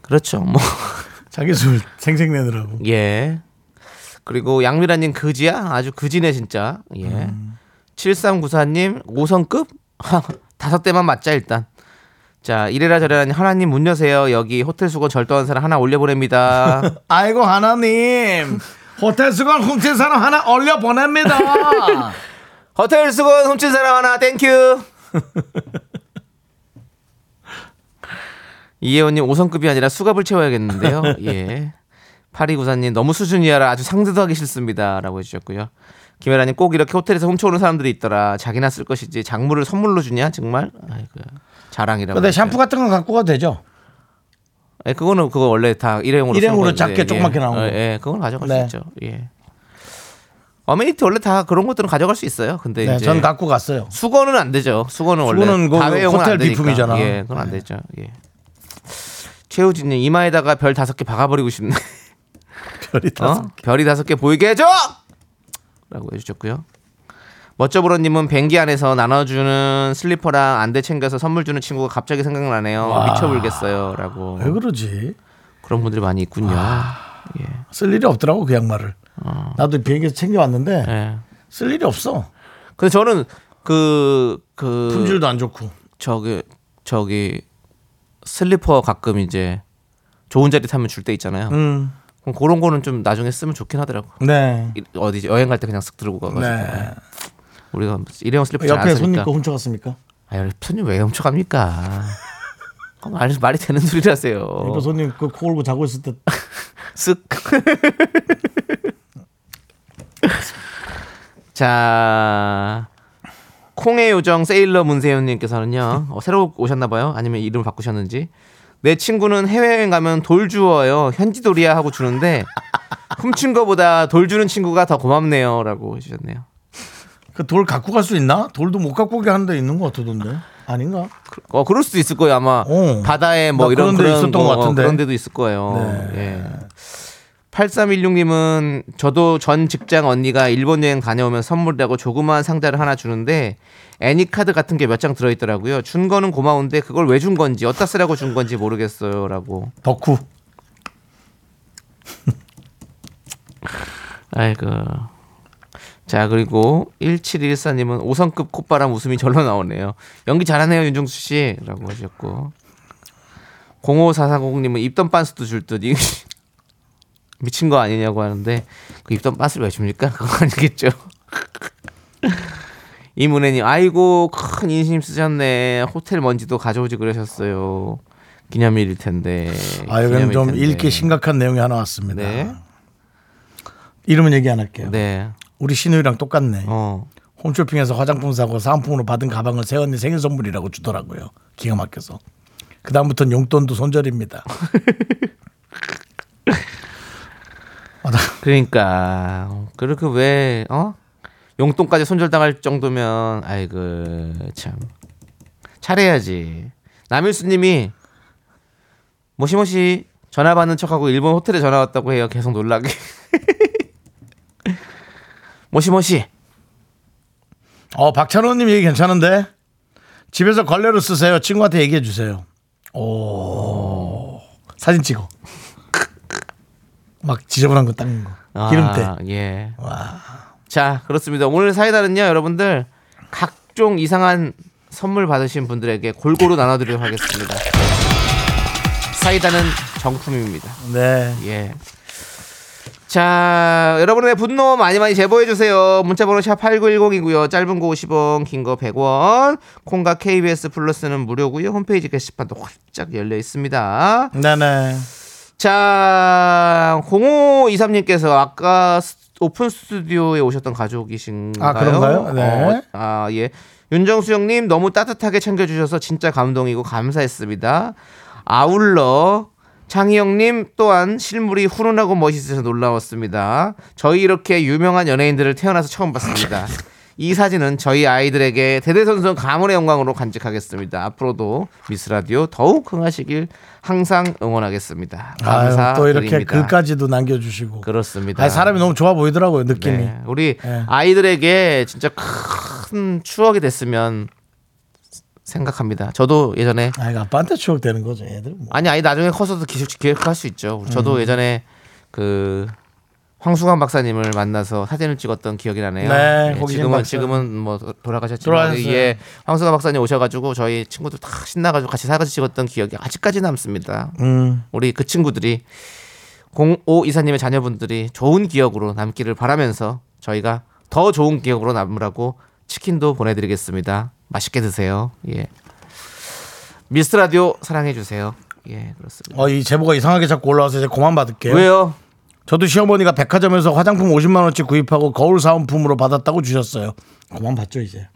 B: 그렇죠. 뭐
A: 자기 술 생색내느라고.
B: 예. 그리고 양미라님 그지야? 아주 그지네 진짜. 예. 7394님 5성급? 다섯 대만 맞자 일단. 자 이래라 저래라니 하나님 문 여세요. 여기 호텔 수건 절도한 사람 하나 올려보냅니다.
A: 아이고 하나님 호텔 수건 훔친 사람 하나 올려 보냅니다.
B: 호텔 수건 훔친 사람 하나 땡큐. 이혜원님 5성급이 아니라 수갑을 채워야겠는데요. 예. 파리구사님 너무 수준이야라 아주 상대도 하기 싫습니다라고 해주셨고요. 김혜라님 꼭 이렇게 호텔에서 훔쳐오는 사람들이 있더라. 자기나 쓸 것이지 작물을 선물로 주냐 정말 아이고 자랑이라고.
A: 근데 샴푸 같은 건 갖고 가도 되죠.
B: 예, 그거는 그거 원래 다 일회용으로 쓰는
A: 일회용으로
B: 건데,
A: 작게 조그맣게 나온 거.
B: 예, 예, 그건 가져갈
A: 네.
B: 수 있죠. 예. 어메니티 원래 다 그런 것들은 가져갈 수 있어요. 근데
A: 네,
B: 이제
A: 전 갖고 갔어요.
B: 수건은 안 되죠. 수건은 원래
A: 수건은 그
B: 다회용은
A: 호텔
B: 안 되니까.
A: 비품이잖아. 네.
B: 예, 그건 안 되죠. 예. 최우진님 이마에다가 별 다섯 개 박아버리고 싶네.
A: 별이
B: 어? 별이 다섯 개 보이게 해줘! 라고 해주셨고요. 멋져보러님은 뱅기 안에서 나눠주는 슬리퍼랑 안대 챙겨서 선물 주는 친구가 갑자기 생각나네요. 미쳐불겠어요. 라고.
A: 왜 그러지? 아.
B: 그런 분들이 많이 있군요. 예.
A: 쓸 일이 없더라고 그 양말을. 나도 비행기에서 챙겨왔는데
B: 예.
A: 쓸 일이 없어.
B: 근데 저는 그, 그.
A: 품질도 안 좋고.
B: 저기 저기 슬리퍼 가끔 이제 좋은 자리 타면 줄 때 있잖아요.
A: 음.
B: 그럼 그런 거는 좀 나중에 쓰면 좋긴 하더라고.
A: 네.
B: 이- 어디 여행 갈 때 그냥 쓱 들고 가가지고
A: 네.
B: 우리가 일회용 슬리퍼 잘
A: 옆에
B: 안
A: 손님
B: 쓰니까.
A: 거 훔쳐갔습니까?
B: 아, 여기 손님 왜 훔쳐갑니까? 그거 말, 말이 되는 소리라세요.
A: 옆에 손님 그 코 골고 자고 있을 때
B: 쓱. 자. 콩의 요정 세일러 문세윤님께서는요 어, 새로 오셨나봐요 아니면 이름을 바꾸셨는지 내 친구는 해외여행 가면 돌 주어요 현지 돌이야 하고 주는데 훔친 거보다 돌 주는 친구가 더 고맙네요라고 해주셨네요
A: 그 돌 갖고 갈 수 있나? 돌도 못 갖고 오게 하는 데 있는 것 같던데. 아닌가?
B: 어 그럴 수도 있을 거예요 아마
A: 어.
B: 바다에 뭐
A: 나 그런
B: 이런
A: 데
B: 그런
A: 있었던
B: 거,
A: 것 같은데. 네.
B: 그런 데도 있을 거예요. 예. 8316님은 저도 전 직장 언니가 일본 여행 다녀오면 선물이라고 조그마한 상자를 하나 주는데 애니카드 같은 게 몇 장 들어있더라고요. 준 거는 고마운데 그걸 왜 준 건지 어디다 쓰라고 준 건지 모르겠어요. 라고.
A: 덕후.
B: 음, 아이고. 그. 자 그리고 1714님은 5성급 콧바람 웃음이 절로 나오네요. 연기 잘하네요 윤종수 씨라고 하셨고 05440님은 입던 빤스도 줄 듯. 이- 미친 거 아니냐고 하는데 그 입던 빤스를 왜 줍니까? 그건 아니겠죠. 이문혜님 아이고 큰 인심 쓰셨네. 호텔 먼지도 가져오지 그러셨어요. 기념일일 텐데.
A: 아, 이건
B: 기념일
A: 좀
B: 텐데.
A: 읽기 심각한 내용이 하나 왔습니다.
B: 네.
A: 이름은 얘기 안 할게요.
B: 네.
A: 우리 신우이랑 똑같네.
B: 어.
A: 홈쇼핑에서 화장품 사고 사은품으로 받은 가방을 새언니 생일 선물이라고 주더라고요. 기가 막혀서. 그다음부터는 용돈도 손절입니다. 아, 나
B: 그러니까 그렇게 왜 어? 용돈까지 손절당할 정도면 아이고 참 잘해야지 남일수님이 모시모시 전화 받는 척하고 일본 호텔에 전화 왔다고 해요 계속 놀라게 모시모시
A: 어, 박찬호님 얘기 괜찮은데? 집에서 걸레로 쓰세요. 친구한테 얘기해 주세요. 오. 사진 찍어. 막 지저분한 거 닦는 거.
B: 아,
A: 기름때.
B: 예. 자, 그렇습니다. 오늘 사이다는요, 여러분들 각종 이상한 선물 받으신 분들에게 골고루 나눠드리도록 하겠습니다. 사이다는 정품입니다.
A: 네.
B: 예. 자, 여러분의 분노 많이 많이 제보해 주세요. 문자 번호 샵 8910이고요. 짧은 거 50원, 긴 거 100원. 콩과 KBS 플러스는 무료고요. 홈페이지 게시판도 활짝 열려 있습니다.
A: 네네.
B: 자, 0523님께서 아까 스- 오픈 스튜디오에 오셨던 가족이신가요?
A: 아, 그런가요? 네.
B: 어, 아, 예. 윤정수 형님 너무 따뜻하게 챙겨주셔서 진짜 감동이고 감사했습니다. 아울러 창희 형님 또한 실물이 훈훈하고 멋있어서 놀라웠습니다. 저희 이렇게 유명한 연예인들을 태어나서 처음 봤습니다. 이 사진은 저희 아이들에게 대대손손 가문의 영광으로 간직하겠습니다. 앞으로도 미스 라디오 더욱 흥하시길 항상 응원하겠습니다.
A: 아유,
B: 감사드립니다.
A: 또 이렇게 글까지도 남겨주시고.
B: 그렇습니다.
A: 아, 사람이 너무 좋아 보이더라고요, 느낌이.
B: 네, 우리
A: 네.
B: 아이들에게 진짜 큰 추억이 됐으면 생각합니다. 저도 예전에
A: 아, 이거 아빠한테 추억되는 거죠, 애들. 뭐. 음.
B: 아니 아니 나중에 커서도 기술 기획할 수 있죠. 저도 예전에 그 황수광 박사님을 만나서 사진을 찍었던 기억이 나네요.
A: 네,
B: 예,
A: 고기생
B: 지금은
A: 박사.
B: 지금은 뭐 도- 돌아가셨지만
A: 돌아가셨어요.
B: 예, 황수광 박사님 오셔가지고 저희 친구들 다 신나가지고 같이 사진 찍었던 기억이 아직까지 남습니다.
A: 음.
B: 우리 그 친구들이 05 이사님의 자녀분들이 좋은 기억으로 남기를 바라면서 저희가 더 좋은 기억으로 남으라고 치킨도 보내드리겠습니다. 맛있게 드세요. 예. 미스 라디오 사랑해 주세요. 예, 그렇습니다.
A: 어, 이 제보가 이상하게 자꾸 올라와서 이제 고만 받을게요.
B: 왜요?
A: 저도 시어머니가 백화점에서 화장품 50만 원씩 구입하고 거울 사은품으로 받았다고 주셨어요. 고만 받죠 이제.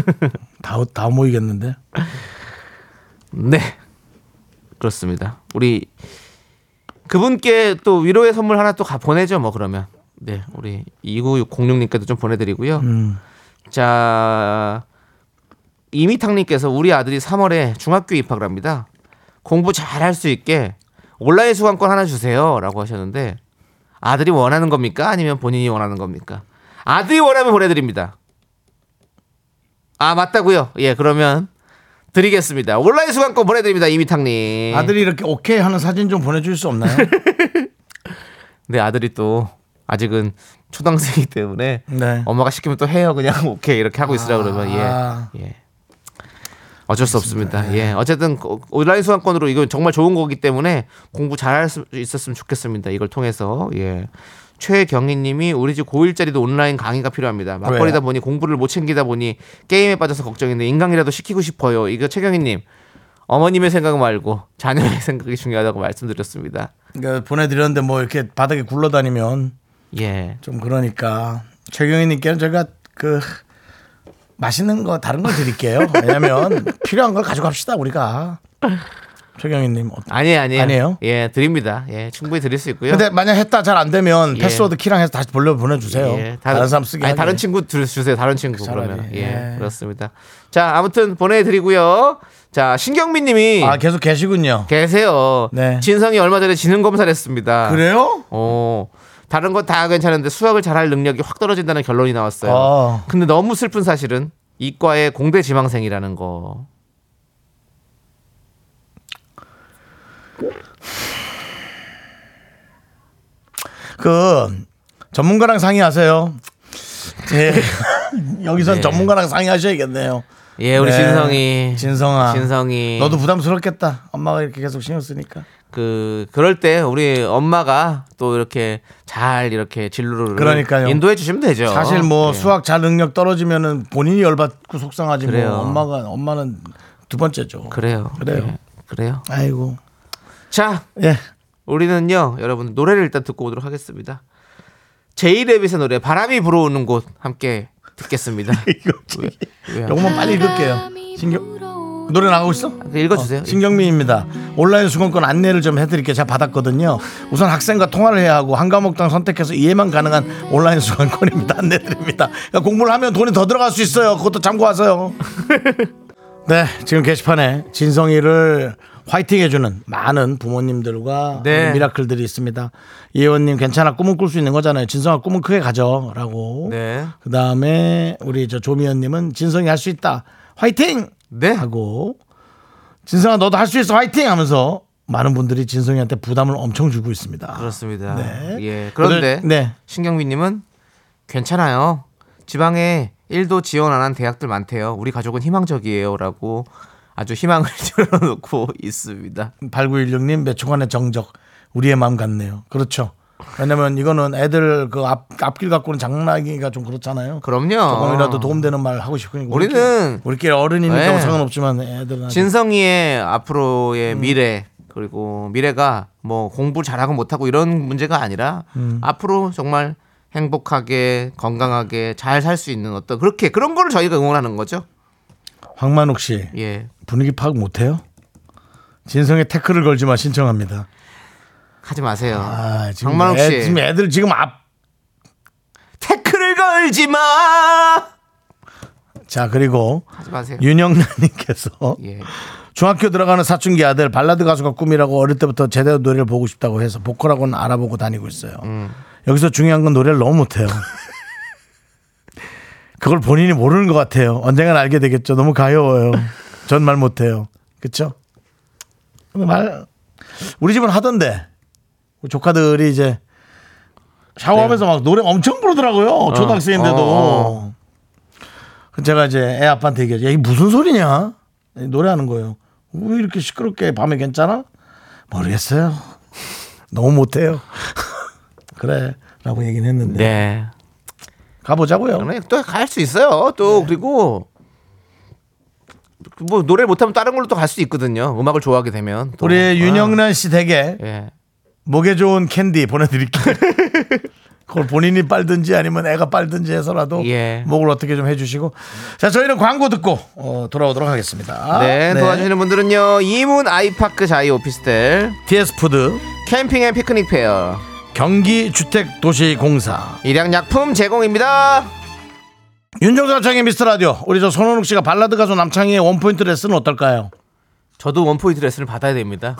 A: 다, 다 모이겠는데.
B: 네. 그렇습니다. 우리 그분께 또 위로의 선물 하나 또 가- 보내죠, 뭐 그러면. 네, 우리 29606님께도 좀 보내드리고요. 자, 이미탁님께서 우리 아들이 3월에 중학교 입학을 합니다. 공부 잘 할 수 있게 온라인 수강권 하나 주세요라고 하셨는데 아들이 원하는 겁니까? 아니면 본인이 원하는 겁니까? 아들이 원하면 보내드립니다. 아 맞다고요. 예, 그러면 드리겠습니다. 온라인 수강권 보내드립니다. 이미탁님.
A: 아들이 이렇게 오케이 하는 사진 좀 보내줄 수 없나요?
B: 네 아들이 또 아직은 초등생이기 때문에
A: 네.
B: 엄마가 시키면 또 해요 그냥 오케이 이렇게 하고 있으라 그러면 예. 예. 어쩔 수 없습니다. 예. 어쨌든 그 온라인 수강권으로 이건 정말 좋은 거기 때문에 공부 잘할 수 있었으면 좋겠습니다. 이걸 통해서 예. 최경희님이 우리 집 고1짜리도 온라인 강의가 필요합니다. 막걸리다
A: 왜요?
B: 보니 공부를 못 챙기다 보니 게임에 빠져서 걱정인데 인강이라도 시키고 싶어요. 이거 최경희님 어머님의 생각 말고 자녀의 생각이 중요하다고 말씀드렸습니다.
A: 그러니까 보내드렸는데 뭐 이렇게 바닥에 굴러다니면
B: 예.
A: 좀 그러니까 최경희님께는 제가 그 맛있는 거 다른 거 드릴게요. 왜냐면 필요한 걸 가져갑시다 우리가. 최경희님. 어때?
B: 아니에요, 아니에요.
A: 아니에요?
B: 예, 드립니다. 예, 충분히 드릴 수 있고요.
A: 근데 만약 했다 잘 안 되면
B: 예.
A: 패스워드 키랑해서 다시 돌려 보내주세요.
B: 예,
A: 뭐 다른, 사람 쓰게.
B: 아니,
A: 하게.
B: 다른 친구 들- 주세요. 다른 친구
A: 차라리.
B: 그러면.
A: 예.
B: 예, 그렇습니다. 자, 아무튼 보내드리고요. 자, 신경민 님이
A: 아 계속 계시군요.
B: 계세요.
A: 네.
B: 진성이 얼마 전에 지능 검사를
A: 아.
B: 했습니다.
A: 그래요?
B: 어, 다른 건 다 괜찮은데 수학을 잘할 능력이 확 떨어진다는 결론이 나왔어요.
A: 아.
B: 근데 너무 슬픈 사실은 이과의 공대 지망생이라는 거.
A: 그 전문가랑 상의하세요. 예. 여기선
B: 네.
A: 전문가랑 상의하셔야겠네요.
B: 예, 우리
A: 네.
B: 진성이.
A: 진성아.
B: 진성이.
A: 너도 부담스럽겠다. 엄마가 이렇게 계속 신경 쓰니까.
B: 그 그럴 때 우리 엄마가 또 이렇게 잘 이렇게 진로를
A: 그러니까요.
B: 인도해 주시면 되죠.
A: 사실 뭐
B: 예.
A: 수학 잘 능력 떨어지면은 본인이 열받고 속상하지
B: 그래요.
A: 뭐 엄마가 엄마는 두 번째죠.
B: 그래요.
A: 그래요.
B: 예. 그래요.
A: 아이고.
B: 자,
A: 예.
B: 우리는요, 여러분 노래를 일단 듣고 오도록 하겠습니다. 제이레빗의 노래 바람이 불어오는 곳 함께 듣겠습니다.
A: 이거
B: 왜 안-
A: 요거만 빨리 읽을게요. 신경 노래 나가고 있어?
B: 네, 읽어주세요.
A: 신경민입니다. 온라인 수강권 안내를 좀 해드릴게요. 제가 받았거든요. 우선 학생과 통화를 해야 하고 한 과목당 선택해서 이해만 가능한 온라인 수강권입니다. 안내드립니다. 그러니까 공부를 하면 돈이 더 들어갈 수 있어요. 그것도 참고하세요. 네, 지금 게시판에 진성이를 화이팅 해주는 많은 부모님들과
B: 네.
A: 우리 미라클들이 있습니다. 예원님 괜찮아 꿈은 꿀 수 있는 거잖아요. 진성아 꿈은 크게 가져라고.
B: 네.
A: 그 다음에 우리 저 조미연님은 진성이 할 수 있다. 화이팅!
B: 네.
A: 하고 진성아 너도 할 수 있어 화이팅 하면서 많은 분들이 진성이한테 부담을 엄청 주고 있습니다.
B: 그렇습니다.
A: 네.
B: 예. 그런데
A: 오늘- 네.
B: 신경민님은 괜찮아요. 지방에 1도 지원 안 한 대학들 많대요. 우리 가족은 희망적이에요라고 아주 희망을 들어놓고 있습니다.
A: 8916님 몇 초간의 정적 우리의 마음 같네요. 그렇죠. 왜냐면 이거는 애들 그 앞, 앞길 갖고는 장난하기가 좀 그렇잖아요.
B: 그럼요.
A: 조금이라도 도움되는 말 하고 싶으니까 우리끼리-
B: 우리는-
A: 우리끼리 어른이니까
B: 네.
A: 상관없지만 애들은 아직-
B: 진성이의
A: 음.
B: 앞으로의 미래 그리고 미래가 뭐 공부 잘하고 못하고 이런 문제가 아니라
A: 음.
B: 앞으로 정말 행복하게 건강하게 잘 살 수 있는 어떤 그렇게 그런 거를 저희가 응원하는 거죠.
A: 황만욱 씨
B: 예.
A: 분위기 파악 못해요? 진성의 태클을 걸지 마 신청합니다.
B: 하지 마세요.
A: 아, 지금
B: 장만옥
A: 애-
B: 씨.
A: 지금 애들 지금 앞
B: 태클을 걸지 마.
A: 자 그리고
B: 하지 마세요.
A: 윤영란님께서
B: 예.
A: 중학교 들어가는 사춘기 아들 발라드 가수가 꿈이라고 어릴 때부터 제대로 노래를 보고 싶다고 해서 보컬학원 알아보고 다니고 있어요. 여기서 중요한 건 노래를 너무 못해요. 그걸 본인이 모르는 것 같아요. 언젠간 알게 되겠죠. 너무 가여워요. 전 말 못해요. 그쵸? 뭐 근데 말 우리 집은 하던데 우리 조카들이 이제 샤워하면서 막 노래 엄청 부르더라고요. 초등학생인데도.
B: 네. 어,
A: 제가 이제 애 아빠한테 얘기하죠. 야, 이게 무슨 소리냐? 노래하는 거예요. 왜 이렇게 시끄럽게 밤에 괜찮아? 모르겠어요. 너무 못해요. 그래. 라고 얘기는 했는데.
B: 네.
A: 가보자고요.
B: 그러면 또 갈 수 있어요. 또
A: 네.
B: 그리고 뭐 노래 못하면 다른 걸로 또 갈 수 있거든요. 음악을 좋아하게 되면. 또.
A: 우리
B: 아,
A: 윤영란 씨 댁에
B: 예.
A: 목에 좋은 캔디 보내드릴게요. 그걸 본인이 빨든지 아니면 애가 빨든지 해서라도
B: 예.
A: 목을 어떻게 좀 해주시고 자 저희는 광고 듣고 어, 돌아오도록 하겠습니다.
B: 네, 도와주시는 분들은요. 이문 아이파크 자이 오피스텔,
A: TS 푸드
B: 캠핑 앤 피크닉 페어,
A: 경기 주택 도시 공사
B: 일양약품 제공입니다.
A: 윤정수 남창의 미스터 라디오 우리 저 손원욱 씨가 발라드 가수 남창희의 원포인트 레슨은 어떨까요?
B: 저도 원포인트 레슨을 받아야 됩니다.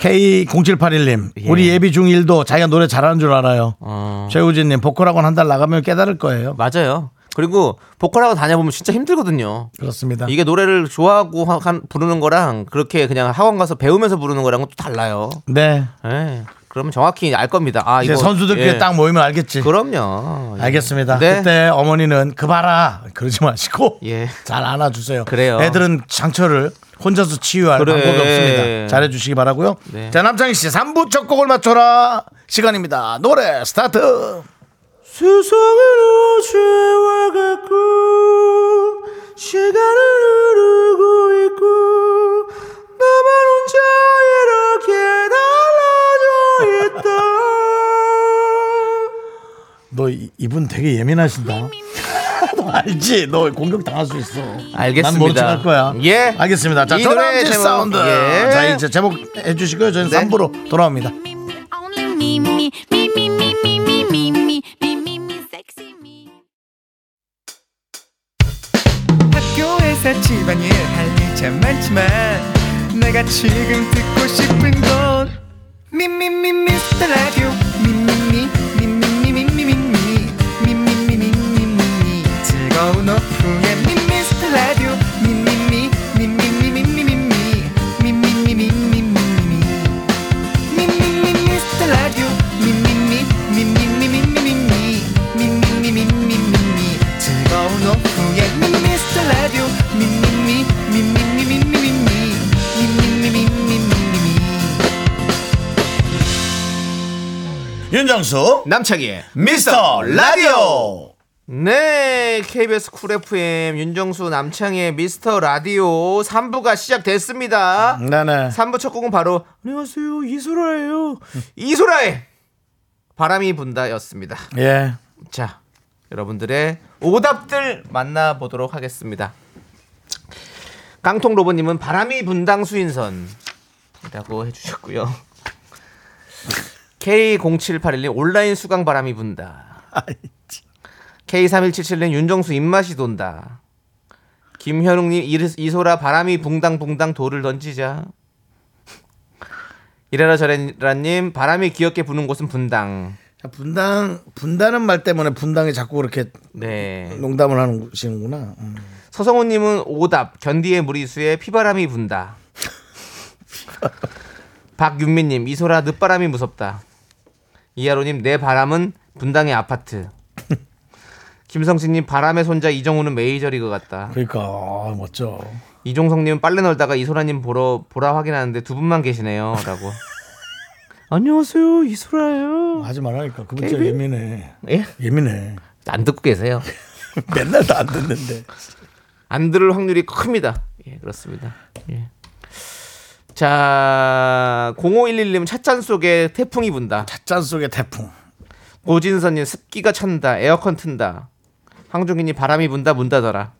A: K0781님
B: 예.
A: 우리 예비 중1도 자기가 노래 잘하는 줄 알아요.
B: 어,
A: 최우진님 보컬학원 한 달 나가면 깨달을 거예요.
B: 맞아요. 그리고 보컬하고 다녀보면 진짜 힘들거든요.
A: 그렇습니다.
B: 이게 노래를 좋아하고 하- 한- 부르는 거랑 그렇게 그냥 학원 가서 배우면서 부르는 거랑은 또 달라요.
A: 네
B: 예. 그러면 정확히 알 겁니다. 아,
A: 이제
B: 이거
A: 선수들끼리
B: 예.
A: 딱 모이면 알겠지.
B: 그럼요. 예.
A: 알겠습니다.
B: 네.
A: 그때 어머니는 그 봐라 그러지 마시고
B: 예.
A: 잘 안아주세요.
B: 그래요.
A: 애들은 상처를 혼자서 치유할
B: 그래.
A: 방법이 없습니다. 잘해주시기 바라고요.
B: 네.
A: 자 남창희 씨 3부 첫 곡을 맞춰라 시간입니다. 노래 스타트.
B: 세상은 어제와 같고 시간은 흐르고 있고 나만 혼자 이렇게 날아져 있다
A: 너 이- 이분 되게 예민하신다. 너 알지? 너 공격 당할 수 있어.
B: 알겠습니다.
A: 난 모른 척할 거야.
B: 예.
A: 알겠습니다. 자,
B: 이
A: 전화제
B: 노래의 제목.
A: 사운드.
B: 예.
A: 자, 이제 제목 해주시고요. 저희는
B: 네.
A: 3부로 돌아옵니다.
D: Only me, me, me, me, me, me, me, me, me, me, me, me, sexy me.
E: 학교에서 집안일 할 일 참 많지만 내가 지금 듣고 싶은 건 미미미 미스터 라디오 미미미 미미미 미미미 미미미 미미미 즐거운 오후에 미스터 라디오 미미미 미미미 미미미 미미미 미미미 미미미 미스터 라디오 미미미 미미미 미미미 미미미 미미미 즐거운 오후에 미스터 라디오 미미미 미미미 미미미 미미미 미미미
A: 윤정수,
B: 남창희의
A: 미스터 라디오.
B: 네 KBS 쿨 FM 윤정수 남창희의 미스터 라디오 3부가 시작됐습니다
A: 네네.
B: 3부 첫 곡은 바로 안녕하세요 이소라예요 이소라의 바람이 분다였습니다
A: 예.
B: 자 여러분들의 오답들 만나보도록 하겠습니다 깡통 로봇님은 바람이 분당 수인선이라고 해주셨고요 K0781님 온라인 수강 바람이 분다 K3177님 윤정수 입맛이 돈다 김현웅님 이르- 이소라 바람이 붕당붕당 돌을 던지자 이래라 저래라님 바람이 귀엽게 부는 곳은 분당
A: 자, 분당 분다는 말 때문에 분당이 자꾸 그렇게
B: 네
A: 농담을 하시는구나. 음.
B: 서성호님은 오답 견디의 무리수에 피바람이 분다. 박윤미님 이소라 늦바람이 무섭다. 이하로님 내 바람은 분당의 아파트. 김성진님 바람의 손자 이정우는 메이저리그 같다.
A: 그러니까 아, 멋져.
B: 이종성님 빨래 널다가 이소라님 보러 보라 확인하는데 두 분만 계시네요.라고. 안녕하세요 이소라예요.
A: 하지 말라니까 그분 진짜 예민해.
B: 예?
A: 예민해.
B: 안 듣고 계세요.
A: 맨날 다 안 듣는데.
B: 안 들을 확률이 큽니다. 예, 그렇습니다. 예. 자, 0511님 찻잔 속에 태풍이 분다.
A: 짠 속의 태풍.
B: 고진선님 습기가 찬다. 에어컨 튼다. 황종기님 바람이 분다 문다더라.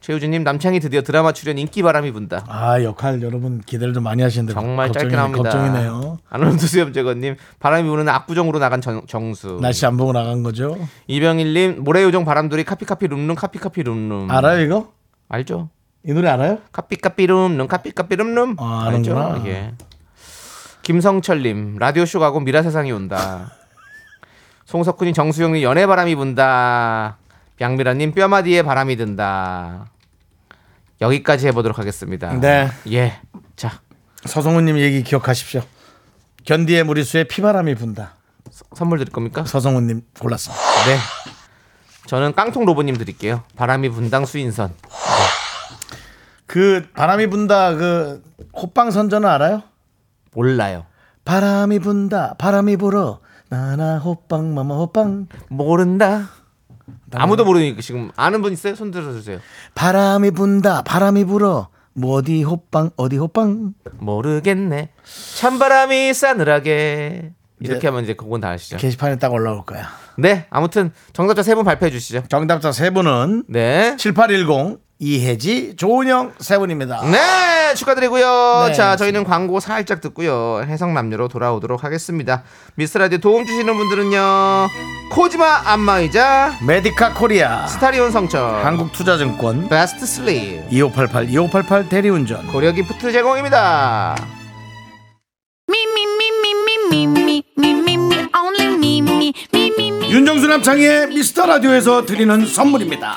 B: 최우진님 남창이 드디어 드라마 출연 인기 바람이 분다.
A: 아 역할 여러분 기대를 좀 많이 하시는데
B: 정말
A: 네, 걱정이,
B: 짧게 나옵니다.
A: 걱정이네요.
B: 아놀드 수염재건님 바람이 부는 압구정으로 나간 정, 정수.
A: 날씨 안 보고 나간 거죠?
B: 이병일님 모래요정 바람돌이 카피카피 룸룸 카피카피 룸룸.
A: 알아요 이거?
B: 알죠?
A: 이 노래 알아요?
B: 카피카피룸룸 카피카피룸룸
A: 아, 아는구나.
B: 예. 김성철님 라디오 쇼 가고 미라 세상이 온다 송석훈이 정수영님 연애 바람이 분다 양미라님 뼈마디에 바람이 든다 여기까지 해보도록 하겠습니다
A: 네.
B: 예자
A: 서성우님 얘기 기억하십시오. 견디의 무리수에 피바람이 분다.
B: 선물 드릴 겁니까?
A: 서성훈님 골랐습니다.
B: 네. 저는 깡통 로봇님 드릴게요. 바람이 분당 수인선.
A: 그 바람이 분다 그 호빵 선전은 알아요?
B: 몰라요.
A: 바람이 분다 바람이 불어 나나 호빵 마마 호빵
B: 모른다. 아무도 모르니까 지금 아는 분 있어요? 손 들어주세요.
A: 바람이 분다 바람이 불어 뭐 어디 호빵 어디 호빵
B: 모르겠네. 찬바람이 싸늘하게.
A: 네.
B: 이렇게 하면 이제 그건 다 아시죠.
A: 게시판에 딱 올라올 거야.
B: 네. 아무튼 정답자 세 분 발표해 주시죠.
A: 정답자 세 분은
B: 네.
A: 7810 이혜지 조은영 세 분입니다.
B: 네, 축하드리고요.
A: 네,
B: 자, 저희는 광고 살짝 듣고요. 해성남녀로 돌아오도록 하겠습니다. 미스라디오 도움 주시는 분들은요. 코지마 안마의자,
A: 메디카 코리아
B: 스타리온 성철,
A: 한국투자증권
B: 베스트 슬립,
A: 2588 2588 대리운전
B: 고려 기프트 제공입니다.
A: 윤정수 남창의 미스터 라디오에서 드리는 선물입니다.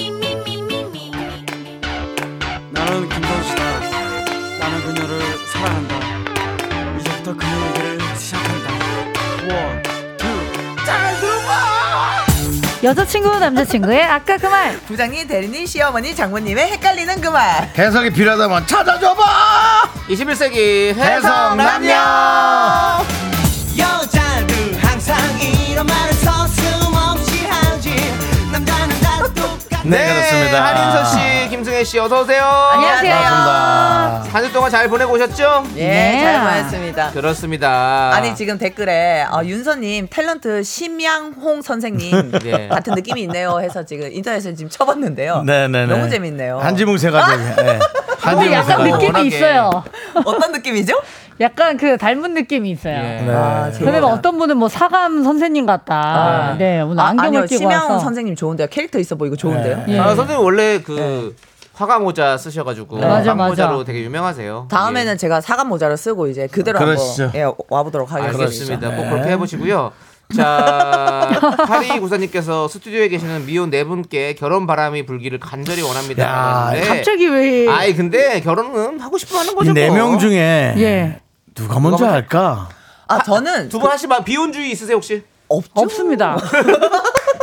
D: 나는 김선수다. 나는 그녀를 사랑한다. 이제부터 그녀의 길을 시작한다. 원, 투.
F: 여자친구 남자친구의 아까 그 말
G: 부장님, 대리님, 시어머니, 장모님의 헷갈리는 그 말.
A: 해석이 필요하다면 찾아줘봐
B: 21세기
A: 해성
B: 남녀
E: 여자들 항상 이런 말을 서슴없이 하지 남자는 다 똑같아
A: 네, 그렇습니다.
B: 한인서 씨, 김승혜 씨 어서 오세요.
G: 안녕하세요.
B: 한 주 동안 잘 보내고 오셨죠?
G: 예,
F: 네.
G: 잘 보냈습니다.
B: 그렇습니다.
G: 아니 지금 댓글에 어, 윤서님 탤런트 심양홍 선생님
B: 네.
G: 같은 느낌이 있네요 해서 지금 인터넷에 지금 쳐봤는데요.
A: 네네네.
G: 너무 재밌네요.
A: 한지붕 세가족. 예.
F: 오,
A: 한지붕
F: 어, 약간
A: 세가족.
F: 느낌이
B: 네, 워낙에.
F: 있어요.
G: 어떤 느낌이죠?
F: 약간 그 닮은 느낌이 있어요.
B: 예.
A: 네.
G: 아,
F: 그다음에
G: 재밌다.
F: 어떤 분은 뭐 사감 선생님 같다. 네, 오늘
G: 아,
F: 안경을
G: 아니요,
F: 끼고
G: 심양홍
F: 와서.
G: 선생님 좋은데요. 캐릭터 있어 보이고 좋은데요.
F: 예.
B: 아, 선생님 원래 그 화가 모자 쓰셔가지고
F: 네. 맞아,
B: 모자로
F: 맞아.
B: 되게 유명하세요. 예.
G: 다음에는 제가 사과 모자를 쓰고 이제 그대로 한번
A: 그러시죠.
G: 예, 와보도록
B: 예.
G: 하겠습니다.
B: 알겠습니다. 꼭 그렇게 해보시고요. 자, 파리 구사님께서 스튜디오에 계시는 미혼 네 분께 결혼 바람이 불기를 간절히 원합니다.
A: 야,
B: 하는데
F: 갑자기 왜?
B: 아이 근데 결혼은 하고 싶어 하는 거죠.
A: 네 명
B: 뭐.
A: 중에
F: 예.
A: 누가 먼저 할까?
G: 아 저는
B: 두분 하시면 비혼주의 있으세요 혹시?
G: 없죠.
F: 없습니다.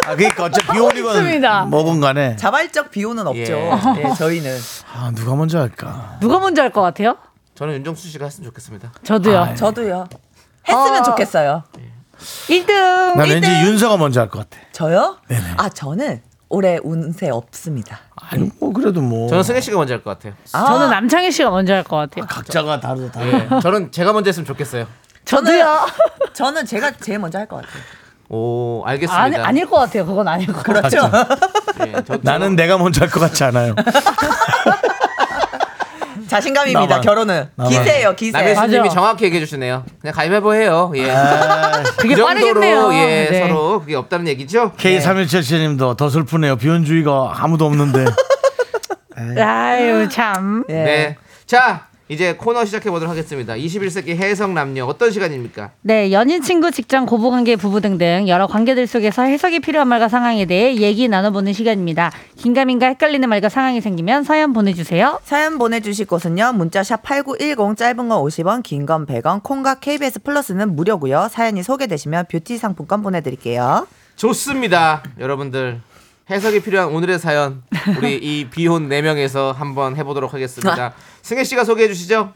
A: 아, 그러니까 어차피 비올리건
F: 없습니다.
A: 뭐건 간에
G: 자발적 비호는 없죠.
B: 예.
G: 예, 저희는
A: 아, 누가 먼저 할까?
F: 누가 먼저 할 것 같아요?
B: 저는 윤정수 씨가 했으면 좋겠습니다.
F: 저도요.
G: 저도요. 했으면
F: 어. 예.
G: 좋겠어요.
F: 1등.
A: 나 왠지 윤서가 먼저 할 것 같아.
G: 저요? 아 저는 올해 운세 없습니다.
A: 아니 뭐 그래도 뭐
B: 저는 승혜 씨가 먼저 할 것 같아요.
G: 아,
F: 저는 남창희 씨가 먼저 할 것 같아요.
A: 각자가 다르다. 다르다.
B: 예, 저는 제가 먼저 했으면 좋겠어요.
G: 저는
F: 저도요.
G: 저는 제가 제일 먼저 할 것 같아요.
B: 오 알겠습니다.
F: 아니 아닐 것 같아요. 그건 아닐 것 같아요.
G: 그렇죠.
B: 예, 저- 저-
A: 나는 내가 먼저 할 것 같지 않아요.
G: 자신감입니다.
A: 나만.
G: 결혼은
A: 나만.
G: 기세예요, 기세.
B: 남의 스님이
F: 맞아.
B: 정확히 얘기해 주시네요. 그냥 가위바위보 해요. 예.
F: 아, 그게
B: 그
F: 빠르겠네요.
B: 정도로 예
F: 네.
B: 서로 그게 없다는 얘기죠.
A: K3177님도 더 슬프네요. 비혼주의가 아무도 없는데.
F: 아유 참.
G: 예.
B: 네. 자, 이제 코너 시작해 보도록 하겠습니다. 21세기 해석 남녀 어떤 시간입니까?
F: 네, 연인, 친구, 직장, 고부관계, 부부 등등 여러 관계들 속에서 해석이 필요한 말과 상황에 대해 얘기 나눠보는 시간입니다. 긴가민가 헷갈리는 말과 상황이 생기면 사연 보내주세요.
G: 사연 보내주실 곳은요. 문자샵 8910 짧은 건 50원 긴 건 100원 콩과 KBS 플러스는 무료고요. 사연이 소개되시면 뷰티 상품권 보내드릴게요.
B: 좋습니다. 여러분들 해석이 필요한 오늘의 사연 우리 이 비혼 4명에서 한번 해보도록 하겠습니다. 승혜 씨가 소개해 주시죠.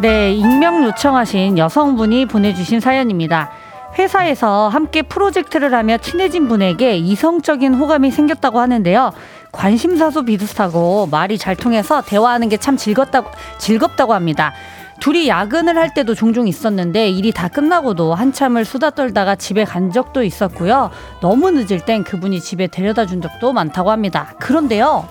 F: 네, 익명 요청하신 여성분이 보내주신 사연입니다. 회사에서 함께 프로젝트를 하며 친해진 분에게 이성적인 호감이 생겼다고 하는데요. 관심사도 비슷하고 말이 잘 통해서 대화하는 게 참 즐겁다고, 즐겁다고 합니다. 둘이 야근을 할 때도 종종 있었는데 일이 다 끝나고도 한참을 수다 떨다가 집에 간 적도 있었고요. 너무 늦을 땐 그분이 집에 데려다 준 적도 많다고 합니다. 그런데요.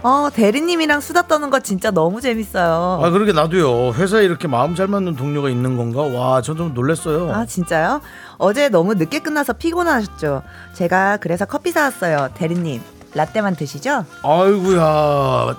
G: 어, 대리님이랑 수다 떠는 거 진짜 너무 재밌어요.
A: 아, 그러게 나도요. 회사에 이렇게 마음 잘 맞는 동료가 있는 건가? 와, 전 좀 놀랬어요.
G: 아 진짜요? 어제 너무 늦게 끝나서 피곤하셨죠? 제가 그래서 커피 사왔어요. 대리님 라떼만 드시죠?
A: 아이고야.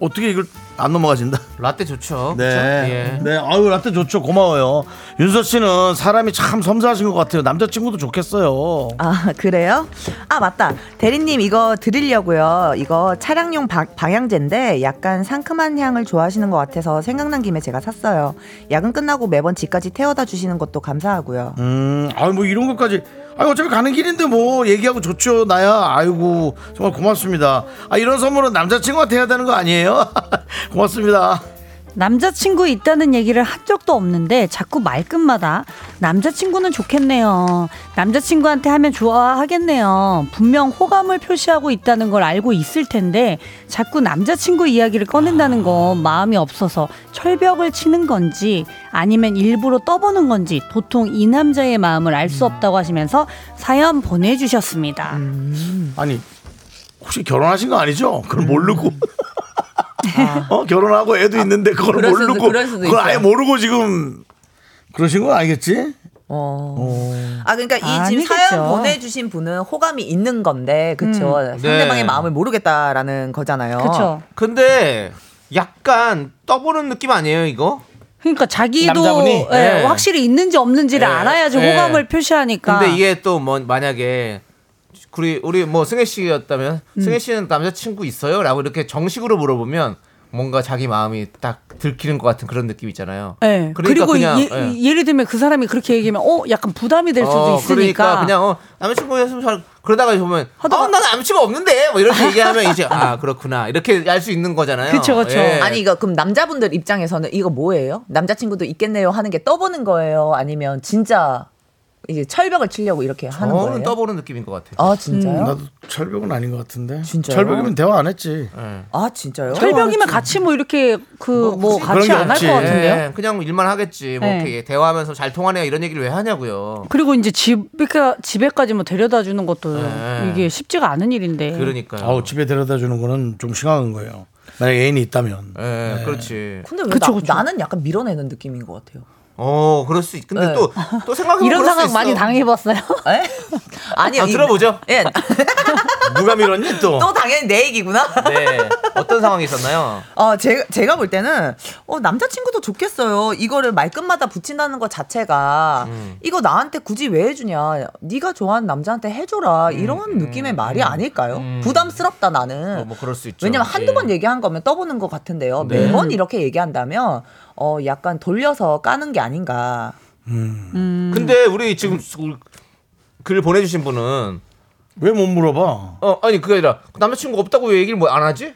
A: 어떻게 이걸 안 넘어가진다.
B: 라떼 좋죠.
A: 네.
B: 그쵸? 예.
A: 네. 아유, 라떼 좋죠. 고마워요. 윤서 씨는 사람이 참 섬세하신 것 같아요. 남자친구도 좋겠어요.
G: 아 그래요? 아 맞다. 대리님 이거 드리려고요. 이거 차량용 바- 방향제인데 약간 상큼한 향을 좋아하시는 것 같아서 생각난 김에 제가 샀어요. 야근 끝나고 매번 집까지 태워다 주시는 것도 감사하고요.
A: 음, 아유, 뭐 이런 것까지. 아유, 어차피 가는 길인데 뭐 얘기하고 좋죠. 나야. 아이고, 정말 고맙습니다. 아, 이런 선물은 남자친구한테 해야 되는 거 아니에요? 고맙습니다.
F: 남자친구 있다는 얘기를 한 적도 없는데 자꾸 말끝마다 남자친구는 좋겠네요. 남자친구한테 하면 좋아하겠네요. 분명 호감을 표시하고 있다는 걸 알고 있을 텐데 자꾸 남자친구 이야기를 꺼낸다는 건 마음이 없어서 철벽을 치는 건지 아니면 일부러 떠보는 건지 보통 이 남자의 마음을 알 수 없다고 하시면서 사연 보내주셨습니다.
B: 음.
A: 아니 혹시 결혼하신 거 아니죠? 그걸 모르고 어 결혼하고 애도 있는데 그걸
H: 음. 아, 그럴 수도-
A: 모르고
H: 그럴 수도
A: 그걸 아예
H: 있어요.
A: 모르고 지금 그러신 건 아니겠지?
B: 어.
G: 아 그러니까 이 지금
F: 아니겠죠.
G: 사연 보내주신 분은 호감이 있는 건데 그쵸? 상대방의
B: 네.
G: 마음을 모르겠다라는 어. 거잖아요.
F: 그렇죠.
B: 근데 약간 떠보는 느낌 아니에요 이거?
F: 그러니까 자기도
A: 남자분이?
F: 예,
B: 네.
F: 확실히 있는지 없는지를
B: 네.
F: 알아야지
B: 네.
F: 호감을 표시하니까.
B: 근데 이게 또 뭐 만약에 우리 우리 뭐 승혜 씨였다면
F: 음.
B: 승혜 씨는 남자친구 있어요?라고 이렇게 정식으로 물어보면 뭔가 자기 마음이 딱 들키는 것 같은 그런 느낌 있잖아요. 그러니까
F: 예. 그리고 예, 를 들면 그 사람이 그렇게 얘기하면 어 약간 부담이 될 수도
B: 어,
F: 있으니까.
B: 그러니까 그냥 어, 남자친구였으면 잘 그러다가 보면
F: 하다가-
B: 어, 나 남자친구 없는데 뭐 이렇게 얘기하면 이제 아 그렇구나 이렇게 알 수 있는 거잖아요.
F: 그쵸, 그쵸.
B: 예.
G: 아니 이거 그럼 남자분들 입장에서는 이거 뭐예요? 남자친구도 있겠네요 하는 게 떠보는 거예요? 아니면 진짜 이제 철벽을 치려고 이렇게 하는
B: 저는
G: 거예요?
B: 떠보는 느낌인 것 같아요.
G: 아
B: 음.
G: 진짜요?
A: 나도 철벽은 아닌 것 같은데.
G: 진짜요?
A: 철벽이면 대화 안 했지.
G: 아 진짜요?
F: 철벽이면 같이 뭐 이렇게 그 뭐
A: 그런
F: 같이
A: 게
F: 안 할 것
A: 없지.
F: 같은데요.
B: 예, 그냥 일만 하겠지. 뭐
F: 네.
B: 이렇게 대화하면서 잘 통하네요 이런 얘기를 왜 하냐고요.
F: 그리고 이제 집에까 집에까지 뭐 데려다 주는 것도
B: 네.
F: 이게 쉽지가 않은 일인데.
B: 그러니까요.
A: 아우 집에 데려다 주는 거는 좀 심한 거예요. 만약 애인이 있다면.
B: 예, 그렇지.
G: 근데 왜
F: 그쵸,
G: 나,
F: 그쵸.
G: 나는 약간 밀어내는 느낌인 것 같아요.
B: 어, 그럴 수 있. 근데
G: 네.
B: 또, 또 생각해보면
F: 이런
B: 그럴 수
F: 상황
B: 있어.
F: 많이 당해봤어요.
G: 에?
B: 네?
G: 아니요.
B: 아,
G: 이-
B: 들어보죠.
G: 예.
A: 누가 밀었니 또?
G: 또 당연히 내 얘기구나.
B: 네. 어떤 상황이 있었나요?
G: 어, 제, 제가 볼 때는, 어, 남자친구도 좋겠어요. 이거를 말끝마다 붙인다는 것 자체가,
B: 음.
G: 이거 나한테 굳이 왜 해주냐. 네가 좋아하는 남자한테 해줘라.
B: 음,
G: 이런 느낌의 말이 아닐까요? 부담스럽다, 나는.
B: 어, 뭐 그럴 수 있죠.
G: 왜냐면 한두
B: 예. 네.
G: 번 얘기한 거면 떠보는 것 같은데요. 매번 이렇게 얘기한다면, 어, 약간 돌려서 까는 게 아닌가.
F: 음.
B: 근데 우리 지금 글- 글 보내주신 분은
A: 왜 못 물어봐?
B: 어 아니 그게 아니라 남자친구 없다고 왜 얘기를 뭐 안 하지?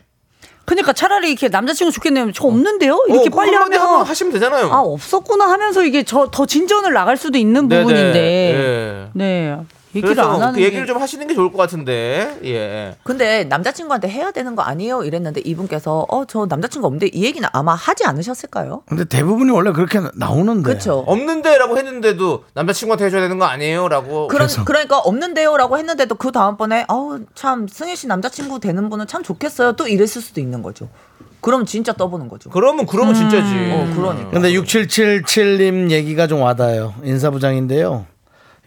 F: 그러니까 차라리 이렇게 남자친구 좋겠네요. 저 없는데요? 이렇게
B: 어,
F: 빨리
B: 한마디
F: 하면
B: 하면 하시면 되잖아요.
F: 아 없었구나 하면서 이게 저 더 진전을 나갈 수도 있는
B: 네네.
F: 부분인데.
B: 예.
F: 네. 얘기를
B: 그래서
F: 안 하는
B: 그 얘기를
F: 게-
B: 좀 하시는 게 좋을 것 같은데 예.
G: 근데 남자친구한테 해야 되는 거 아니에요? 이랬는데 이분께서, 어, 저 남자친구 없는데 이 얘기는 아마 하지 않으셨을까요?
A: 근데 대부분이 원래 그렇게 나오는데.
F: 어.
G: 그쵸.
B: 없는데라고 했는데도 남자친구한테 해줘야 되는 거 아니에요라고
G: 그런
A: 그래서.
G: 그러니까 없는데요라고 했는데도 그 다음번에 아우 참 승희 씨 남자친구 되는 분은 참 좋겠어요 또 이랬을 수도 있는 거죠. 그럼 진짜 떠보는 거죠.
B: 그러면
F: 음.
B: 그러면 진짜지.
G: 어, 그러니까.
A: 근데 6777님 얘기가 좀 와닿아요. 인사부장인데요.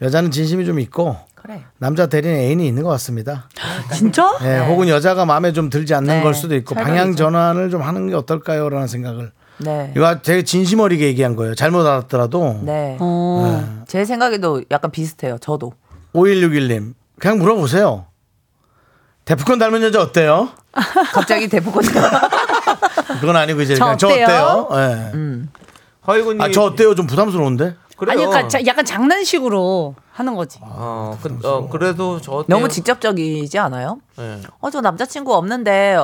A: 여자는 진심이 좀 있고
G: 그래.
A: 남자 대리는 애인이 있는 것 같습니다.
B: 그러니까
F: 진짜?
A: 예,
B: 네,
A: 혹은 여자가 마음에 좀 들지 않는
G: 네,
A: 걸 수도 있고 방향 전환을 좀 하는 게 어떨까요라는 생각을
G: 네.
A: 이거 되게 진심 어리게 얘기한 거예요. 잘못 알았더라도
G: 네.
F: 어.
G: 제 생각에도 약간 비슷해요. 저도.
A: 5161님 그냥 물어보세요. 데프콘 닮은 여자 어때요?
G: 갑자기 대포콘이
A: 그건 아니고 이제 그냥
F: 저 어때요? 음.
A: 저 어때요? 예.
B: 허이구님 아,
A: 아저 어때요? 좀 부담스러운데.
B: 그래요.
F: 아니, 그러니까 자- 약간 장난식으로
G: 하는 거지.
B: 어, 그, 어 그래도 저 어때요?
G: 너무 직접적이지 않아요?
B: 예.
G: 어, 저 남자친구 없는데,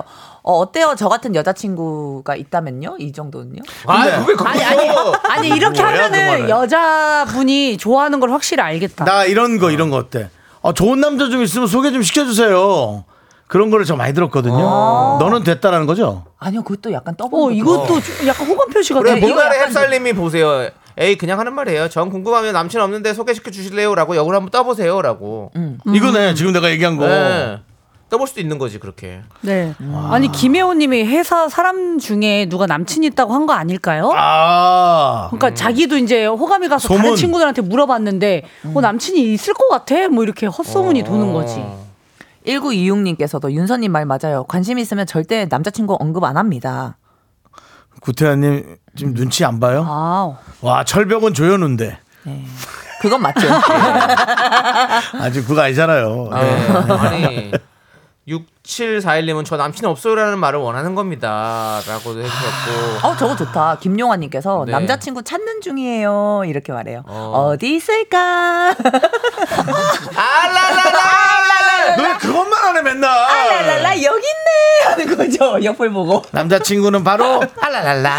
G: 어, 어때요? 저 같은 여자친구가 있다면요? 이 정도는요?
B: 아니 그게 그렇죠. 거기서
F: 아니 이렇게
B: 뭐야, 그
F: 하면은
B: 말은.
F: 여자분이 좋아하는 걸 확실히 알겠다.
A: 나 이런 거 이런 거 어때? 어, 좋은 남자 좀 있으면 소개 좀 시켜주세요. 그런 거를 저 많이 들었거든요.
F: 아.
A: 너는 됐다라는 거죠?
G: 아니요, 그것도 약간 떠보는
F: 어
G: 것도
F: 이것도 좀 약간 호감 표시 같아.
B: 그래 모나의
F: 약간
B: 햅살님이 보세요. 에이 그냥 하는 말이에요. 전 궁금하면 남친 없는데 소개시켜 주실래요라고 역을 한번 떠보세요라고.
A: 음.
F: 음.
A: 이거네 지금 내가 얘기한 거.
B: 네. 떠볼 수도 있는 거지 그렇게.
F: 네. 아니 김혜원님이 회사 사람 중에 누가 남친이 있다고 한 거 아닐까요?
A: 아
B: 음.
F: 그러니까 자기도 이제 호감이 가서
A: 소문.
F: 다른 친구들한테 물어봤는데 어, 남친이 있을 것 같아 뭐 이렇게
B: 어.
F: 헛소문이 도는 거지.
G: 1926님께서도 윤서님 말 맞아요. 관심 있으면 절대 남자친구 언급 안 합니다.
A: 구태환님 지금 눈치 안 봐요?
F: 아,
A: 와 철벽은 조현우인데
G: 그건 맞죠.
A: 아직 그거 아니잖아요.
B: 아,
A: 네.
B: 아니 6741님은 저 남친 없어요라는 말을 원하는 겁니다라고도 해주셨고.
G: 어, 저거 좋다. 김용환님께서
B: 네.
G: 남자친구 찾는 중이에요. 이렇게 말해요.
B: 어.
G: 어. 디 있을까?
B: 아라라라.
A: 너 그것만 하네 맨날.
G: 아, 랄랄라 여기 있네 하는 거죠. 옆을 보고
A: 남자친구는 바로 아,
G: 랄랄라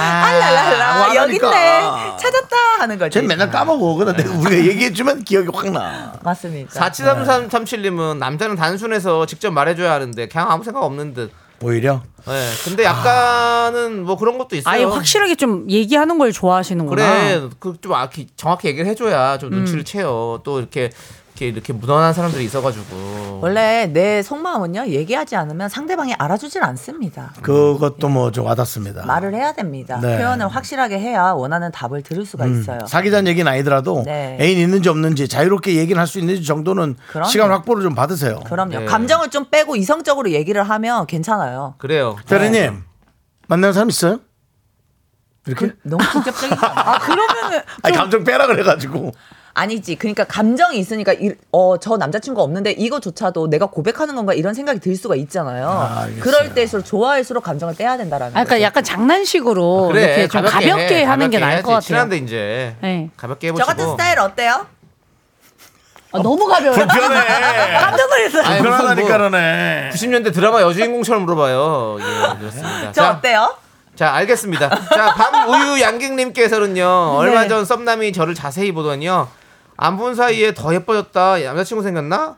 G: 아, 여기 있네
A: 그러니까.
G: 찾았다 하는 거죠.
A: 쟤 맨날 까먹어. 그런데 우리가 얘기해주면 기억이 확 나.
G: 맞습니다.
B: 473337님은 남자는 단순해서 직접 말해줘야 하는데 그냥 아무 생각 없는 듯.
A: 오히려
B: 네. 근데 약간은 뭐 그런 것도 있어요.
F: 아예 확실하게 좀 얘기하는 걸 좋아하시는구나. 음.
B: 그래 그 좀 정확히 얘기를 해줘야 좀 눈치를 채요 또 이렇게 이렇게 이렇게 무던한 사람들이 있어가지고
G: 원래 내 속마음은요 얘기하지 않으면 상대방이 알아주질 않습니다.
A: 그것도 뭐 좀 와닿습니다.
G: 말을 해야 됩니다.
A: 네. 음.
G: 표현을 확실하게 해야 원하는 답을 들을 수가 있어요.
A: 사귀자는 얘기는 아니더라도
G: 네.
A: 애인 있는지 없는지 자유롭게 얘기를 할 수 있는지 정도는
G: 그럼요.
A: 시간 확보를 좀 받으세요.
G: 그럼요.
B: 네.
G: 감정을 좀 빼고 이성적으로 얘기를 하면 괜찮아요.
B: 그래요
G: 네.
A: 대리님 만나는 사람 있어요? 이렇게?
G: 그 너무 직접적인 거 아니야? 아, 그러면은
A: 아니 감정 빼라 그래가지고
G: 아니지. 그러니까 감정이 있으니까 이- 어, 저 남자친구 없는데 이거조차도 내가 고백하는 건가 이런 생각이 들 수가 있잖아요.
A: 아, 알겠어요.
G: 그럴 때일수록 좋아할수록 감정을 빼야 된다라는
F: 아, 그러니까
G: 거죠.
F: 약간 장난식으로 어, 이렇게 좀 가볍게,
B: 아, 해,
F: 하는
B: 가볍게
F: 게 나을
B: 해야지.
F: 것 같아요.
B: 친한데 이제
F: 네.
B: 가볍게 해보시고
G: 저 같은 스타일 어때요?
F: 아, 너무 가벼워.
A: 불편해.
F: 깜짝 놀랐어요.
B: 아니, 무슨 뭐
A: 불편하니까 그러네.
B: 90년대 드라마 여주인공처럼 물어봐요 예 그렇습니다
G: 저
B: 자,
G: 어때요?
B: 자 알겠습니다 자밤 우유 양갱님께서는요
F: 네.
B: 얼마 전 썸남이 저를 자세히 보더니요 안 본 사이에 더 예뻐졌다 남자친구 생겼나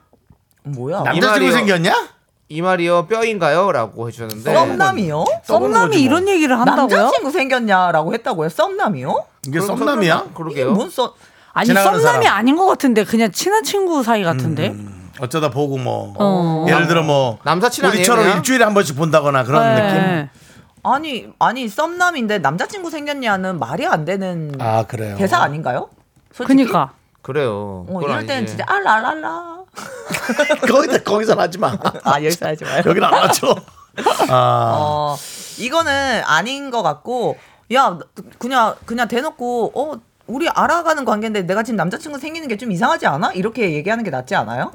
G: 뭐야?
A: 남자친구
B: 이마리요.
A: 생겼냐?
B: 이 말이요 뼈인가요 라고 해주셨는데
G: 썸남이요?
B: 뭐.
F: 썸남이 이런 얘기를 한다고요?
G: 남자친구 생겼냐라고 했다고요? 썸남이요?
A: 이게 썸남이야?
B: 그러게요
G: 뭔 썸?
F: 아니
A: 지나가는
F: 썸남이
A: 사람. 음.
F: 아닌 것 같은데 그냥 친한 친구 사이 같은데.
A: 어쩌다 보고 뭐
F: 어.
A: 예를 들어 뭐
B: 남사친 아니에요,
A: 우리처럼
B: 그냥?
A: 일주일에 한 번씩 본다거나 그런 느낌.
F: 네.
G: 아니 아니 썸남인데 남자친구 생겼냐는 말이 안 되는
A: 아 그래요.
G: 대사 아닌가요? 솔직히?
F: 그니까.
B: 그래요
G: 어,
B: 그건
G: 이럴 때는
B: 아니지.
G: 진짜 알랄랄라.
A: 거기서 거기서 하지 마.
G: 아 여기서 하지 마요.
A: 여기는 안 맞죠. 아
G: 어 이거는 아닌 것 같고 야 그냥 그냥 대놓고 어 우리 알아가는 관계인데 내가 지금 남자친구 생기는 게 좀 이상하지 않아? 이렇게 얘기하는 게 낫지 않아요?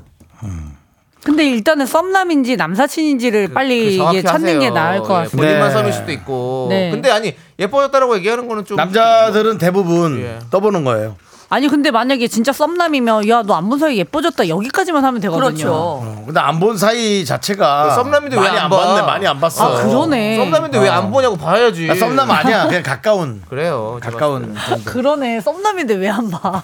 F: 근데 일단은 썸남인지
A: 그,
F: 남사친인지를 빨리
B: 그 정확히
F: 이게 찾는 게
B: 하세요.
F: 나을 것
B: 예,
F: 같아요.
B: 본인만
A: 네.
B: 썸일 수도 있고.
F: 네.
B: 근데 아니 예뻐졌다라고 얘기하는 거는 좀
A: 남자들은 대부분
B: 예.
A: 떠보는 거예요.
F: 아니 근데 만약에 진짜 썸남이면 야 너 안 본 사이 예뻐졌다 여기까지만 하면 되거든요.
A: 어, 근데 안 본 사이 자체가
B: 썸남인데 왜
A: 많이
B: 안
A: 안
B: 봐?
A: 봤네, 많이 안 봤어.
F: 아 그러네.
B: 썸남인데 왜 안 보냐고 봐야지.
A: 아, 썸남 아니야, 그냥 가까운
B: 그래요. 제가 봤을
A: 가까운
B: 때.
A: 정도.
F: 그러네. 썸남인데 왜 안 봐?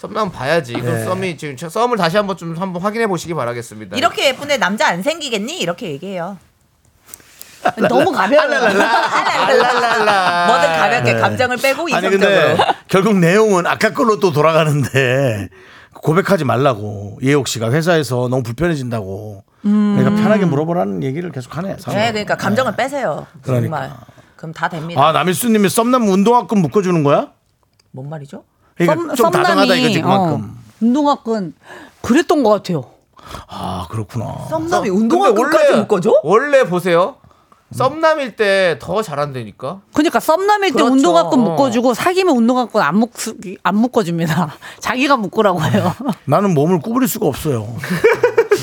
B: 썸남 봐야지.
A: 네.
B: 그럼 썸이 지금 저- 썸을 다시 한번 좀 한번 확인해 보시기 바라겠습니다.
G: 이렇게 예쁜데 남자 안 생기겠니? 이렇게 얘기해요.
F: 아니, 너무 가벼워.
B: 알랄랄라.
G: 그러니까 뭐든 가볍게 감정을 빼고
A: 아니
G: 뭐 이성적으로.
A: 근데 결국 내용은 아까 걸로 또 돌아가는데 고백하지 말라고 예옥 씨가 회사에서 너무 불편해진다고
F: 음.
A: 그러니까 편하게 물어보라는 얘기를 계속 어. 하네. 상대가.
G: 네, 그러니까 감정을 빼세요. 정말.
A: 그러니까.
G: 그럼 다 됩니다.
A: 아 남일수님이 썸남 운동화끈 묶어주는 거야?
G: 뭔 말이죠?
A: 그러니까 좀 다정하다 이거지 그만큼.
F: 어. 운동화끈 그랬던 것 같아요.
A: 아 그렇구나.
B: 근데
G: 썸남이 운동화 끝까지 묶어줘?
B: 원래 보세요. 썸남일 때 더 잘한다니까.
F: 그러니까 썸남일 때
G: 그렇죠.
F: 운동화끈 묶어주고 사귀면 운동화끈 안, 묶, 안 묶어줍니다. 자기가 묶으라고 해요.
A: 나는 몸을 구부릴 수가 없어요.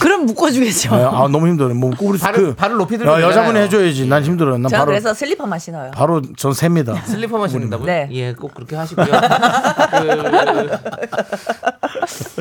F: 좀 묶어주겠죠.
B: 네.
A: 아 너무 힘들어. 뭐 꼬부리
B: 발을-
A: 그
B: 발을 높이 들면
A: 야, 여자분이
B: 되잖아요.
A: 해줘야지. 난 힘들어요. 난
G: 저는
A: 바로
G: 그래서 슬리퍼만 신어요.
A: 바로 전 셉니다.
B: 슬리퍼만 신는다고요?
G: 네.
B: 예, 꼭 그렇게 하시고요.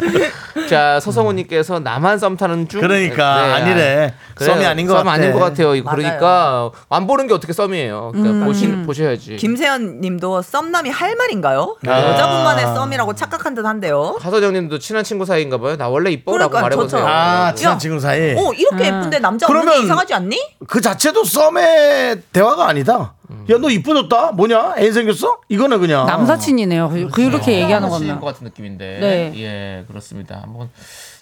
B: 그- 자, 서성우님께서 나만 썸 타는 중. 네,
A: 그러니까 아니래. 썸이 아닌 것
B: 썸
A: 같아.
B: 아닌 것 같아요. 이거
G: 맞아요.
B: 그러니까 안 보는 게 어떻게 썸이에요. 그러니까 보시, 보셔야지.
G: 김세현님도 썸남이 할 말인가요?
A: 아.
G: 여자분만의 썸이라고 착각한 듯한데요.
B: 하서정님도 친한 친구 사이인가 봐요. 나 원래 이뻐라고
G: 그러니까
B: 말해보세요.
G: 저처럼.
A: 아 친한
G: 야.
A: 친구 사이.
G: 어 이렇게 예쁜데 남자 없는 게
A: 그러면-
G: 이상하지 않니?
A: 그 자체도 썸의 대화가 아니다. 야 너 이쁘졌다. 뭐냐? 애 생겼어? 이거는 그냥
F: 남사친이네요. 그- 그렇게 얘기하는
B: 하시는
F: 거면.
B: 아, 것 같은 느낌인데.
F: 네.
B: 예, 그렇습니다. 한번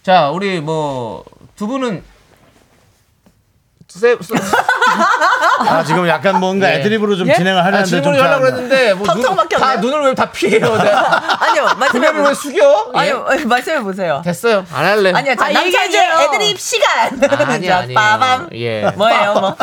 B: 자, 우리 뭐 두 분은 세, 세,
A: 아 지금 약간 뭔가
B: 예.
A: 애드립으로 좀
B: 예?
A: 진행을 하려는데
B: 아, 질문을
A: 좀
B: 하려고
A: 잘 안-
B: 했는데 뭐
G: 텅텅
B: 눈-
G: 막혔네.
B: 다 눈을 왜 다 피해요? 내가.
G: 아니요
B: 고개를 왜
G: 말씀해
B: 숙여? 예.
G: 아니요 말씀해 보세요.
B: 됐어요. 안 할래.
G: 아니요 자
F: 아,
G: 남자의
F: 얘기해줘요.
G: 애드립 시간.
B: 아니
G: 자,
B: 아니.
G: 빠밤.
B: 예.
G: 뭐예요 뭐?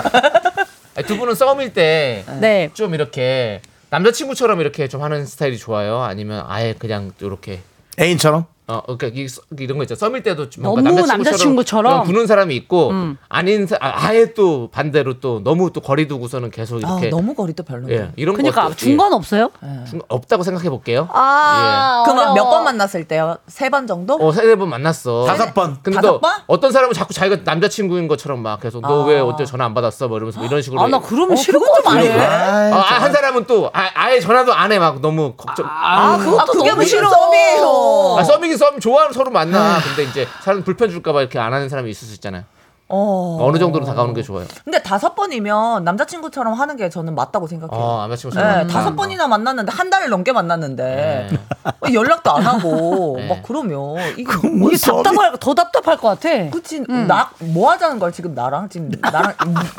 B: 아니, 두 분은 싸움일 때 좀
F: 네.
B: 이렇게 남자친구처럼 이렇게 좀 하는 스타일이 좋아요? 아니면 아예 그냥 이렇게
A: 애인처럼.
B: 어, 그러니까 이, 써- 이런 거 있죠. 썸일 때도 좀
F: 너무 남자친구처럼.
B: 두는 사람이 있고 아닌 사- 아, 아예 또 반대로 또 너무 또 거리 두고서는 계속
G: 아
B: 이렇게
G: 너무 거리도 별로인데.
B: 예, 이런 거
F: 그러니까
B: 어때-
F: 중간 없어요?
B: 예, 중- 없다고 생각해 볼게요.
F: 아,
G: 그럼 몇 번 만났을 때요? 세 번 정도?
B: 어, 세네 번 만났어.
A: 다섯 번.
B: 근데
G: 다섯
B: 또
G: 번? 아.
B: 어떤 사람은 자꾸 자기가 남자친구인 것처럼 막 계속 너 왜 어때 전화 안 받았어? 뭐 이러면서 뭐 이런 식으로.
F: 아, 나
G: 어,
F: 그러면 싫은 것도 많이 해.
A: 아,
B: 어, 아, 한 사람은 또 아, 예 전화도 안 해 막 너무 걱정.
G: 아, 그것도 그게 뭐 싫어. 썸이에요.
B: 아, 썸이긴 썸 좋아하는 서로 만나. 근데 이제 사람 불편 줄까 봐 이렇게 안 하는 사람이 있을 수 있잖아요. 그러니까
G: 어.
B: 어느 정도로 다가오는 게 좋아요.
G: 근데 다섯 번이면 남자친구처럼 하는 게 저는 맞다고 생각해요.
B: 어, 남자친구
G: 네, 다섯 번이나 만났는데 한 달을 넘게 만났는데 어, 연락도 안 하고
B: 네.
G: 막 그러면 이게
A: 뭐
F: 이게
A: 썸이-
F: 답답할 더 답답할 것 같아.
G: 그치 나뭐 하자는 거야 지금 나랑 지금 나랑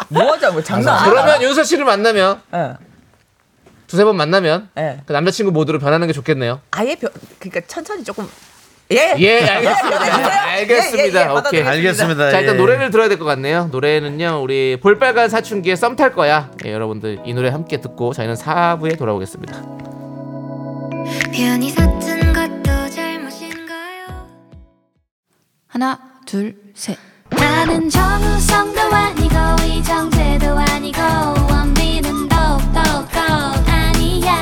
G: 뭐 하자는 거야 장난 아니야.
B: 그러면 윤서 씨를 만나면
G: 예.
B: 두세 번 만나면
G: 네.
B: 그 남자친구 모드로 변하는 게 좋겠네요.
G: 아예 변 그러니까 천천히 조금 예.
B: 예, 알겠습니다.
G: 예, 예, 예,
B: 알겠습니다. 오케이.
G: 받아들여요.
A: 알겠습니다.
B: 자 일단
A: 예.
B: 노래를 들어야 될 것 같네요. 노래는요 우리 볼빨간 사춘기의 썸 탈 거야. 예, 여러분들 이 노래 함께 듣고 저희는 4부에 돌아오겠습니다.
D: 편히 샀던 것도 잘못인가요?
I: 하나, 둘, 셋.
D: 나는 정우성도 아니고 이정재도 아니고 원빈은 더욱더 아니야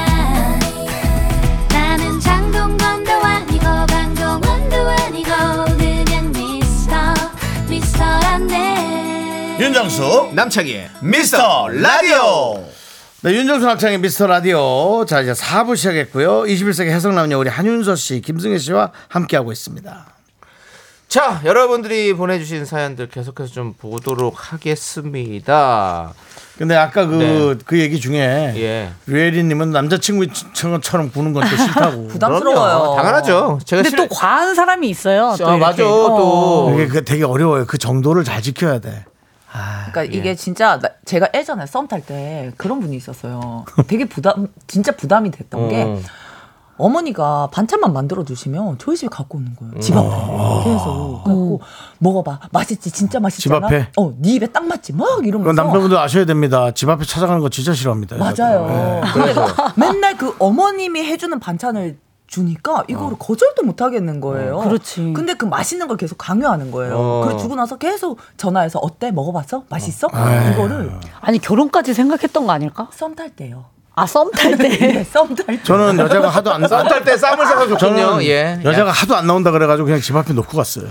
D: 나는 장동건도 아니고 강동원도 아니고 그냥 미스터 미스터란데
A: 윤정수 남창희 미스터 라디오 네, 윤정수 남창희 미스터 라디오 자 이제 4부 시작했고요 21세기 해성남녀 우리 한윤서 씨 김승혜 씨와 함께하고 있습니다
B: 자 여러분들이 보내주신 사연들 계속해서 좀 보도록 하겠습니다.
A: 근데 아까 그 그
B: 네.
A: 얘기 중에
B: 예.
A: 류혜리님은 남자친구처럼 구는 건 또 싫다고
G: 부담스러워요.
B: 그럼요. 당연하죠. 제가
F: 근데
B: 싫-
F: 또 과한 사람이 있어요. 또
B: 아,
F: 이렇게.
B: 맞아
F: 어.
B: 또.
A: 이게 그 되게 어려워요 그 정도를 잘 지켜야 돼
G: 그러니까 이게 진짜 나- 제가 예전에 썸 탈 때 그런 분이 있었어요. 되게 부담 진짜 부담이 됐던 게
B: 어.
G: 어머니가 반찬만 만들어 주시면 저희 집에 갖고 오는 거예요.
A: 음.
G: 집 앞에
A: 아.
G: 계속
F: 음.
G: 갖고 먹어봐 맛있지 진짜 맛있잖아.
A: 집 앞에?
G: 어네 입에 딱 맞지 막
A: 그건
G: 이러면서
A: 남편분들 아셔야 됩니다 집 앞에 찾아가는 거 진짜 싫어합니다 네,
G: 맞아요. 근데 맨날 그 어머님이 해주는 반찬을 주니까
A: 어.
G: 이거를 거절도 못 하겠는 거예요.
F: 어, 그렇지.
G: 근데 그 맛있는 걸 계속 강요하는 거예요.
B: 어.
G: 그걸 주고 나서 계속 전화해서 어때 먹어봤어? 맛있어?
A: 아.
G: 이거를
F: 아니 결혼까지 생각했던 거 아닐까?
G: 썸 탈 때요.
F: 아 썸 탈 때.
G: 썸탈 때.
A: 네. 저는 여자가 하도 안
B: 썸 탈 때 쌈을 싸서 좋군요.
A: 저는
B: 예.
A: 여자가 하도 안 나온다 그래가지고 그냥 집 앞에 놓고 갔어요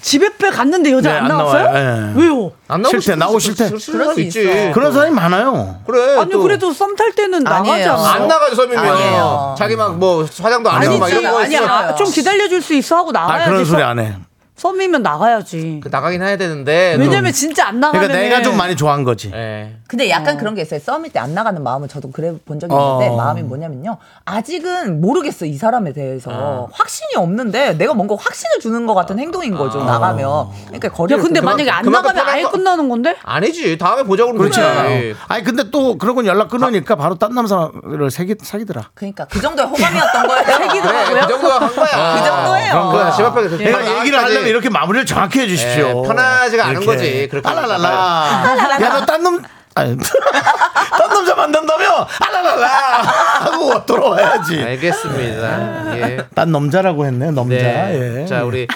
F: 집 앞에 갔는데 여자
A: 네,
F: 안
A: 안
F: 나왔어요?
A: 나와요. 예.
F: 왜요?
B: 안 나오고
A: 싫대,
B: 싶을
A: 나오고
B: 수-
A: 싫대.
B: 싫을 수도
G: 그럴 수
B: 있지.
G: 있어.
A: 그런 사람이 많아요
B: 그래.
F: 아니
B: 또.
F: 그래도 썸 탈 때는 나가지
G: 아니에요.
F: 않아요?
B: 안 나가죠 서민이면.
G: 아니에요.
B: 자기 막 뭐 화장도 안 하고 막
F: 아니지
B: 이런 거
F: 아니야
B: 있으면
F: 아, 좀 기다려줄 수 있어 하고 나가야지
A: 아 그런 소리
F: 썸-
A: 안 해.
F: 썸이면 나가야지
B: 그 나가긴 해야 되는데. 또-
F: 왜냐면 진짜 안 나가면
A: 그러니까 내가 좀 많이 좋아한 거지.
B: 예.
G: 근데 약간 그런 게 있어요. 썸일 때 안 나가는 마음은 저도 그래 본 적이
A: 어.
G: 있는데 마음이 뭐냐면요. 아직은 모르겠어 이 사람에 대해서 확신이 없는데 내가 뭔가 확신을 주는 것 같은 행동인 거죠 나가면. 그러니까 거리.
F: 야 근데
B: 그만-
F: 만약에 안
B: 그만큼
F: 나가면 아예
B: 편한 거-
F: 끝나는 건데
B: 아니지. 예. 다음에 보자고 그러면
A: 그렇지
B: 되지.
A: 않아요. 아니 근데 또 그러고 연락 끊으니까 바로 딴 남자를 사기, 사기더라.
G: 그러니까 그 정도의 호감이었던 거예요. 네.
B: 그래, 그 정도 한 거야.
G: 아, 그 정도예요.
B: 그런 거야. 집 앞에 그
A: 내가 얘기를
B: 나가기까지.
A: 하려면 이렇게 마무리를 정확히 해주십시오.
B: 예, 편하지가 않은 거지. 그렇게
A: 알랄랄라. 야너 딴 놈. 아니, 딴 남자 만난다며? 알랄랄라. 하고 돌아와야지.
B: 알겠습니다. 예.
A: 딴 남자라고 했네. 남자.
B: 네.
A: 예.
B: 자, 우리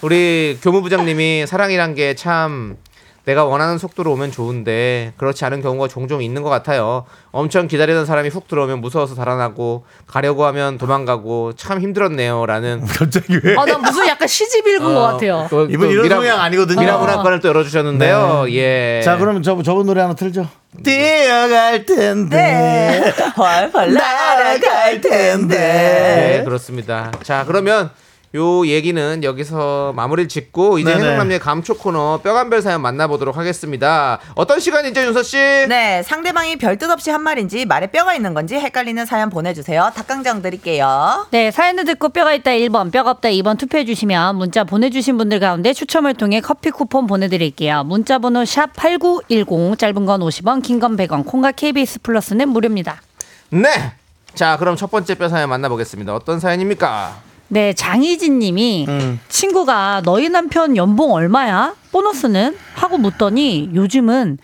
B: 우리 교무부장님이 사랑이란 게 참 내가 원하는 속도로 오면 좋은데 그렇지 않은 경우가 종종 있는 것 같아요. 엄청 기다리던 사람이 훅 들어오면 무서워서 달아나고 가려고 하면 도망가고 참 힘들었네요라는
A: 갑자기
B: 어,
F: 아, 난 무슨 약간 시집 읽은
A: 어.
F: 것 같아요.
A: 이분 이런 성향 아니거든요.
B: 그 미라문학관을 또 열어주셨는데요.
A: 네.
B: 예.
A: 자, 그러면 저, 저번 노래 하나 틀죠. 뛰어갈
G: 네.
A: 텐데.
G: 활활
A: 날아갈 텐데.
B: 네, 그렇습니다. 자, 그러면 요 얘기는 여기서 마무리를 짓고 이제
A: 네네.
B: 해성남녀 감초 코너 뼈간별 사연 만나보도록 하겠습니다. 어떤 시간이죠, 윤서 씨?
G: 네, 상대방이 별뜻 없이 한 말인지 말에 뼈가 있는 건지 헷갈리는 사연 보내주세요. 닭강정 드릴게요.
F: 네, 사연을 듣고 뼈가 있다 1번, 뼈가 없다 2번 투표해 주시면 문자 보내주신 분들 가운데 추첨을 통해 커피 쿠폰 보내드릴게요. 문자 번호 샵 8910, 짧은 건 50원, 긴 건 100원, 콩과 KBS 플러스는 무료입니다.
B: 네. 자, 그럼 첫 번째 뼈 사연 만나보겠습니다. 어떤 사연입니까?
F: 네, 장희진 님이 친구가 너희 남편 연봉 얼마야? 보너스는? 하고 묻더니 요즘은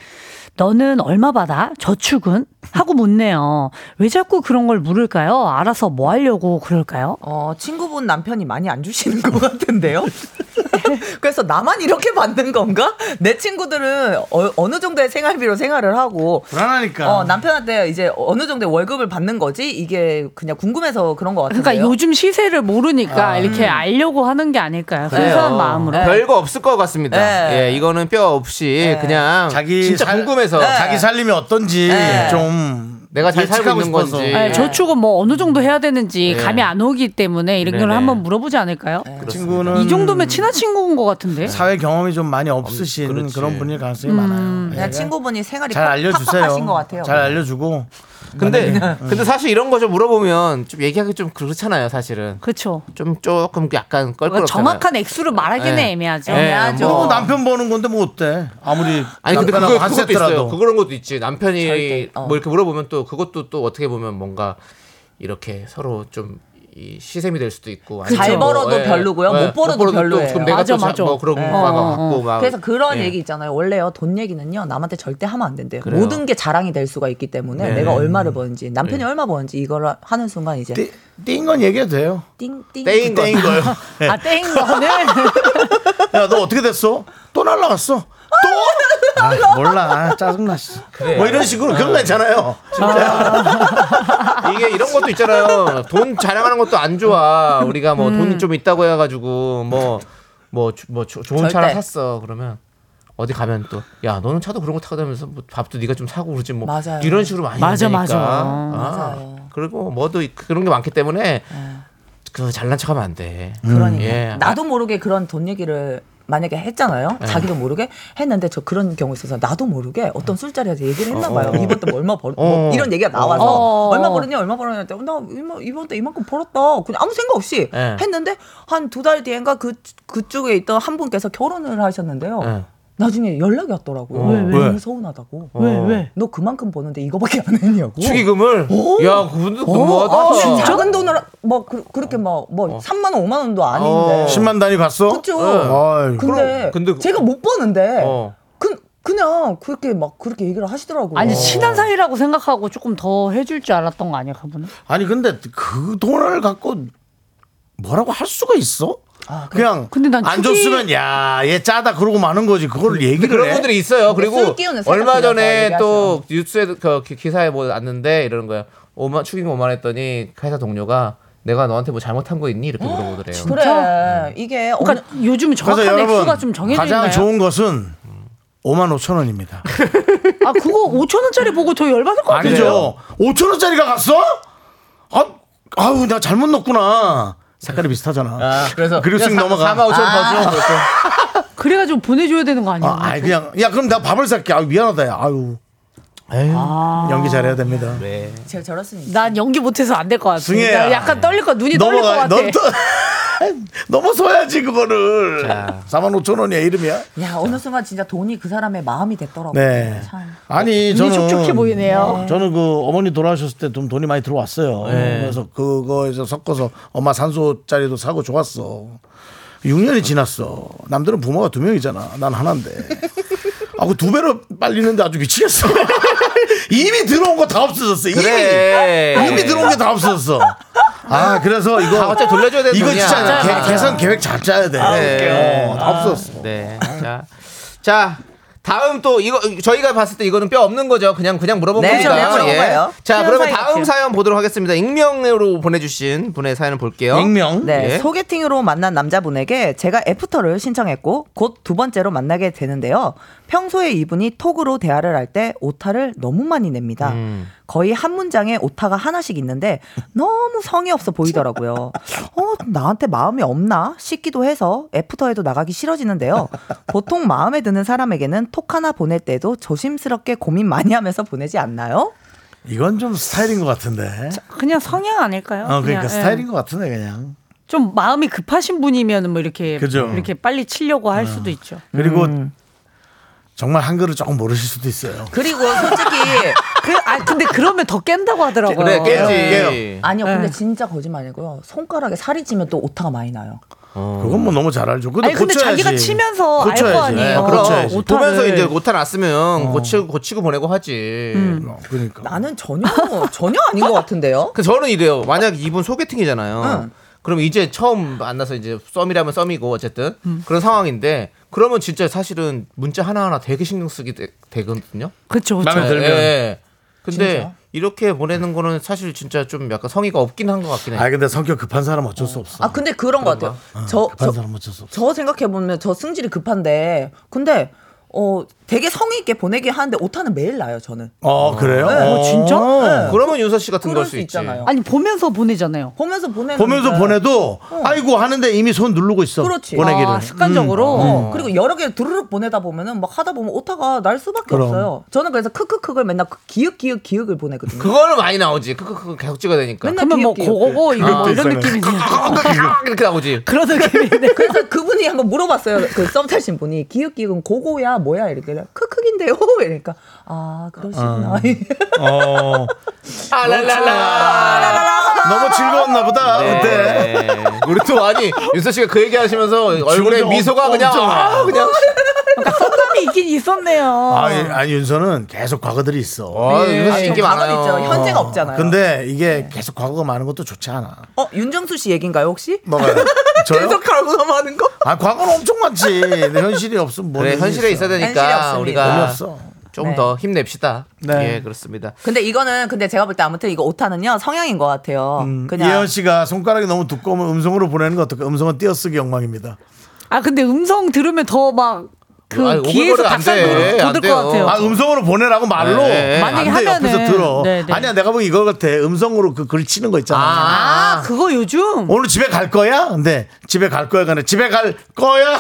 F: 너는 얼마 받아? 저축은? 하고 묻네요. 왜 자꾸 그런 걸 물을까요? 알아서 뭐 하려고 그럴까요?
G: 어, 친구분 남편이 많이 안 주시는 것 같은데요? 그래서 나만 이렇게 받는 건가? 내 친구들은 어, 느 정도의 생활비로 생활을 하고
A: 불안하니까.
G: 어, 남편한테 이제 어느 정도의 월급을 받는 거지? 이게 그냥 궁금해서 그런 것 같은데요.
F: 그러니까 요즘 시세를 모르니까
B: 아.
F: 이렇게 알려고 하는 게 아닐까요? 순수한 마음으로.
B: 네. 별거 없을 것 같습니다.
F: 네.
B: 예, 이거는 뼈 없이 그냥
A: 자기
B: 진짜
A: 살-
B: 궁금해서
A: 네. 자기 살림이 어떤지
B: 네.
A: 좀
B: 내가 잘 살고
A: 예측하고
B: 있는
A: 싶어서.
B: 건지.
F: 네, 저축은 뭐 어느 정도 해야 되는지
B: 네.
F: 감이 안 오기 때문에 이런 걸
B: 네네.
F: 한번 물어보지 않을까요?
A: 그 친구는
F: 이 정도면 친한 친구인 것 같은데.
A: 사회 경험이 좀 많이 없으신 그런 분일
B: 음,
A: 가능성이 많아요. 네.
G: 그냥 친구분이 생활이
A: 잘
G: 팍-
A: 알려주세요.
G: 팍팍하신 것 같아요.
A: 잘
B: 어.
A: 알려주고.
B: 근데
A: 만약에-
B: 근데 사실 이런 거 좀 물어보면 좀 얘기하기 좀 그렇잖아요, 사실은.
F: 그렇죠.
B: 좀 조금 약간 껄끄럽잖아요. 예,
F: 정확한 액수를 말하기는 애매하죠.
B: 애매하죠.
A: 뭐 남편 보는 건데 뭐 어때? 아무리
B: 아니 근데
A: 남편하고
B: 그거
A: 한
B: 그것도 있어요.
A: 세트라도.
B: 그 그런 것도 있지. 남편이
G: 절대, 어.
B: 뭐 이렇게 물어보면 또 그것도 또 어떻게 보면 뭔가 이렇게 서로 좀. 이 시샘이 될 수도 있고 아니면
G: 그 잘
B: 뭐,
G: 벌어도
B: 예,
G: 별로고요. 못 벌어도
B: 또
G: 별로예요.
B: 그럼 내가
F: 맞아,
B: 또 자-
F: 맞아.
B: 뭐 그런
F: 네.
B: 거가
F: 어,
B: 갖고 막
G: 그래서 그런
B: 예.
G: 얘기 있잖아요. 원래요 돈 얘기는요 남한테 절대 하면 안 된대요.
B: 그래요.
G: 모든 게 자랑이 될 수가 있기 때문에
B: 네.
G: 내가 얼마를 버는지 남편이
A: 네.
G: 얼마 버는지 이걸 하는 순간 이제
A: 띵 건 얘기해도 돼요.
G: 띵띵 네.
B: 떼인 거
A: 땡인 거요.
F: 아, 땡 거는
A: 야 너 어떻게 됐어? 또 날라갔어. 또? 아, 몰라. 짜증나. 씨.
B: 그래. 어.
A: 뭐 이런 식으로 그런 거 있잖아요.
B: 이게 이런 것도 있잖아요. 돈 자랑하는 것도 안 좋아. 우리가 뭐
G: 음.
B: 돈이 좀 있다고 해가지고 뭐 뭐 뭐 좋은 차를
G: 절대.
B: 샀어. 그러면 어디 가면 또 야 너는 차도 그런 거 타고 다니면서 뭐 밥도 네가 좀 사고 그러지 뭐
G: 맞아요.
B: 이런 식으로 많이
F: 맞아,
B: 한다니까.
F: 맞아.
G: 맞아요. 예.
B: 그리고 뭐도 이- 그런 게 많기 때문에 그 잘난 척하면 안 돼.
G: 그러니까
B: 예.
G: 나도 모르게 그런 돈 얘기를 만약에 했잖아요. 자기도 모르게 했는데 저 그런 경우 있어서 나도 모르게 어떤 술자리에서 얘기를 했나 봐요. 이번 때 뭐 얼마 벌,
B: 어.
G: 뭐 이런 얘기가 나와서
F: 어.
G: 얼마 벌었냐, 얼마 벌었냐 했더니 나 이마- 이번 때 이만큼 벌었다. 그냥 아무 생각 없이
B: 네.
G: 했는데 한 두 달 뒤엔가 그 그쪽에 있던 한 분께서 결혼을 하셨는데요.
B: 네.
G: 나중에 연락이 왔더라고요.
B: 어. 왜, 왜?
G: 너무 서운하다고.
B: 왜, 왜?
G: 너 그만큼 버는데 이거밖에 안 했냐고.
B: 어. 축의금을
G: 오.
B: 야 그분도 뭐 너무하다.
G: 아, 진짜? 작은 돈으로 뭐 그, 렇게 뭐 뭐 3만 원, 5만 원도 아닌데.
B: 어.
A: 10만 단위 봤어?
G: 그쵸.
A: 아이,
G: 근데,
B: 그럼, 근데 그-
G: 제가 못 버는데
B: 어.
G: 그, 그냥 그렇게 막 그렇게 얘기를 하시더라고요.
F: 아니 친한 사이라고 생각하고 조금 더 해줄 줄 알았던 거 아니야 그분은?
A: 아니 근데 그 돈을 갖고 뭐라고 할 수가 있어? 그냥
F: 아, 근데 난
A: 안
F: 그게-
A: 줬으면 야 얘 짜다 그러고 마는 거지 그걸
B: 근데
A: 얘기를
B: 그런
A: 해?
B: 분들이 있어요. 그리고
G: 뭐 술 끼우는 생각
B: 얼마
G: 들어서
B: 전에
G: 얘기하죠.
B: 또 뉴스에 그 기- 기사에 뭐 났는데 이러는 거야. 오만 축인 오만 했더니 회사 동료가 내가 너한테 뭐 잘못한 거 있니 이렇게 물어보더래요.
G: 그래 이게 어느-
F: 그러니까 요즘 정확한
A: 그래서
F: 액수가
A: 여러분
F: 좀 정해져 있나요?
A: 가장 좋은 것은 5만 5천 원입니다
F: 아 그거 5천 원짜리 보고 더 열받을 것 같아요.
A: 아니죠 5천 원짜리가 갔어? 아, 아우 나 잘못 넣었구나
F: 네.
A: 색깔이 비슷하잖아 그리고 쓱 넘어가
B: 4만 5천
G: 아,
B: 더 줘. 그래서.
F: 그래가지고 보내줘야 되는 거
A: 아,
F: 아니에요?
A: 아이 그냥 야 그럼 나 밥을 살게 아유 미안하다 야 아유
F: 아.
A: 연기 잘해야 됩니다
G: 제가 저랬으니
F: 난 연기 못해서 안 될 것 같아.
A: 승혜야.
F: 나 약간 떨릴 것, 눈이 떨릴 것
A: 넘어가
F: 같아.
A: 넘 넘어서야지 그거를 4만 5천 원이야 이름이야
G: 야 어느 순간 진짜 돈이 그 사람의 마음이 됐더라고요.
A: 네.
G: 참.
A: 아니
F: 눈이
A: 저는
F: 촉촉해 보이네요.
A: 저는 그 어머니 돌아가셨을 때 좀 돈이 많이 들어왔어요.
B: 네.
A: 그래서 그거에서 섞어서 엄마 산소짜리도 사고 좋았어. 6년이 지났어. 남들은 부모가 두 명이잖아. 난 하나인데. 아, 그 두 배로 빨리는데 아주 미치겠어. 이미 들어온 거 다 없어졌어. 이미.
B: 그래.
A: 이미 들어온 게 다 없어졌어. 아 그래서 이거
B: 다 어차피 돌려줘야 되는
A: 이거
B: 돈이야.
A: 진짜
B: 맞아요,
A: 개-
B: 맞아요.
A: 계산 계획 잘 짜야 돼.
B: 아, 웃겨요.
A: 어, 다 없었어.
B: 네. 자, 자 다음 또 이거 저희가 봤을 때 이거는 뼈 없는 거죠. 그냥 그냥 물어본
G: 네,
B: 겁니다.
G: 그냥 물어본 거예요.
B: 자,
G: 쉬운
B: 그러면
G: 사이
B: 다음
G: 같아요.
B: 사연 보도록 하겠습니다. 익명으로 보내주신 분의 사연을 볼게요.
G: 네,
B: 예.
G: 소개팅으로 만난 남자분에게 제가 애프터를 신청했고 곧 두 번째로 만나게 되는데요. 평소에 이분이 톡으로 대화를 할 때 오타를 너무 많이 냅니다. 거의 한 문장에 오타가 하나씩 있는데 너무 성의 없어 보이더라고요. 어, 나한테 마음이 없나 싶기도 해서 애프터에도 나가기 싫어지는데요. 보통 마음에 드는 사람에게는 톡 하나 보낼 때도 조심스럽게 고민 많이 하면서 보내지 않나요?
A: 이건 좀 스타일인 것 같은데.
F: 그냥 성향 아닐까요?
A: 어 그러니까
F: 그냥,
A: 스타일인
F: 예.
A: 것 같은데 그냥.
F: 좀 마음이 급하신 분이면 뭐 이렇게
A: 그죠. 어.
F: 이렇게 빨리 치려고 할 수도 있죠.
A: 그리고
B: 음.
A: 정말 한글을 조금 모르실 수도 있어요.
G: 그리고 솔직히
F: 그, 아 근데 그러면 더 깬다고 하더라고요.
G: 어.
B: 그래,
A: 깨요.
B: 깨지.
G: 아니요, 근데
F: 네.
G: 진짜 거짓말이고요. 손가락에 살이 찌면 또 오타가 많이 나요.
A: 그건 뭐 너무 잘 알죠. 그것도
F: 아니, 근데
A: 고쳐야지.
F: 자기가 치면서 알거
A: 고쳐야지.
F: 아니에요.
A: 네,
F: 어,
B: 그럼
A: 고쳐야지.
F: 오타를.
B: 보면서 그렇죠. 이제 오타 났으면 고치고 고치고 보내고 하지.
G: 음.
A: 어, 그러니까.
G: 나는 전혀 전혀 아닌 것 같은데요.
B: 그 저는 이래요. 만약 이분 소개팅이잖아요.
G: 응.
B: 그럼 이제 처음 만나서 이제 썸이라면 썸이고 어쨌든
G: 음.
B: 그런 상황인데 그러면 진짜 사실은 문자 하나하나 되게 신경 쓰게 되, 되거든요.
F: 그렇죠. 그렇죠.
A: 마음에 들면.
B: 예. 근데
G: 진짜?
B: 이렇게 보내는 거는 사실 진짜 좀 약간 성의가 없긴 한 것 같긴 해요.
A: 아 근데 성격 급한 사람 은 어쩔 수 없어.
G: 아 근데 그런 것 같아요. 저
A: 급한
G: 저
A: 사람 은 어쩔 수 없어.
G: 생각해 보면 저 승질이 급한데 근데 어 되게 성의 있게 보내긴 하는데 오타는 매일 나요 저는.
A: 어 그래요? 어,
F: 진짜?
B: 그러면 윤서 씨 같은 걸
G: 그럴
B: 수
G: 수
B: 있지.
G: 있잖아요.
F: 아니 보면서 보내잖아요.
G: 보면서 보내는
A: 보면서
B: 그러니까.
A: 보내도 아이고 하는데 이미 손 누르고 있어.
G: 그렇지.
A: 보내기를. 음,
F: 아, 습관적으로. 음.
G: 어, 그리고 여러 개를 두루룩 보내다 보면은 막 하다 보면 오타가 날 수밖에
A: 그럼.
G: 없어요. 저는 그래서 크크크를 맨날 그 기윽 기윽 기윽을 보내거든요.
B: 그거는 많이 나오지. 그거 그거 계속 찍어야 되니까.
G: 음. 맨날
F: 그러면 뭐
G: 기억, 기억.
F: 고고고 이거 뭐
A: 그것도
F: 이런
A: 있어요.
F: 느낌이네요.
B: 이렇게 나오지.
F: 그런 느낌인데.
G: 그래서 그분이 한번 물어봤어요. 그 썸 타신 분이 기웃기웃은 고고야 뭐야 이렇게 크크긴데요. 이러니까 아 그러시구나.
A: 어.
B: 아,
G: 그렇죠.
B: 아랄랄라.
A: 너무 즐거웠나 보다.
G: 아,
B: 네.
A: 그때.
B: 우리 또 아니 윤서 씨가 그 얘기 하시면서 얼굴에
A: 지금
B: 미소가
A: 엄-
B: 그냥
A: 엄청
B: 아, 그냥
F: 썸남이 그러니까 있긴 있었네요.
A: 아, 예. 아니 윤서는 계속 과거들이 있어.
B: 아, 윤서 씨
G: 아니,
B: 인기
G: 과거는
B: 많아요. 어.
G: 있죠. 현재가 없잖아요.
A: 근데 이게 계속 과거가 많은 것도 좋지 않아.
G: 어 윤정수 씨 얘기인가요 혹시?
A: 뭐가요? 저요?
G: 계속 가고나 하는 거?
A: 아 과거는 엄청 많지. 근데 현실이 없으면 뭐
B: 그래 현실에 있어야
G: 현실이
B: 되니까
G: 없습니다.
A: 별로
B: 우리가
A: 없어.
B: 좀
G: 네.
B: 더 힘냅시다.
A: 네.
B: 예 그렇습니다.
G: 근데 이거는 근데 제가 볼 때 아무튼 이거 오타는요 성향인 것 같아요. 그냥
A: 예원 씨가 손가락이 너무 두꺼우면 음성으로 보내는 거 어떨까? 음성은 띄어쓰기 영광입니다.
F: 아 근데 음성 들으면 더 막 그
B: 아니,
F: 귀에서
B: 오글거려, 안
F: 닭살
B: 돼. 안
F: 돋을 것
B: 돼요.
F: 같아요.
A: 아 음성으로 보내라고 말로
B: 네.
A: 안
F: 만약에
A: 돼, 옆에서
F: 하면은.
A: 들어.
F: 네, 네.
A: 아니야 내가 보기 이거 같아. 음성으로 그 글치는 거 있잖아.
F: 아,
B: 아,
F: 그거 요즘
A: 오늘 집에 갈 거야? 근데 집에 갈 거야 가네. 집에 갈 거야?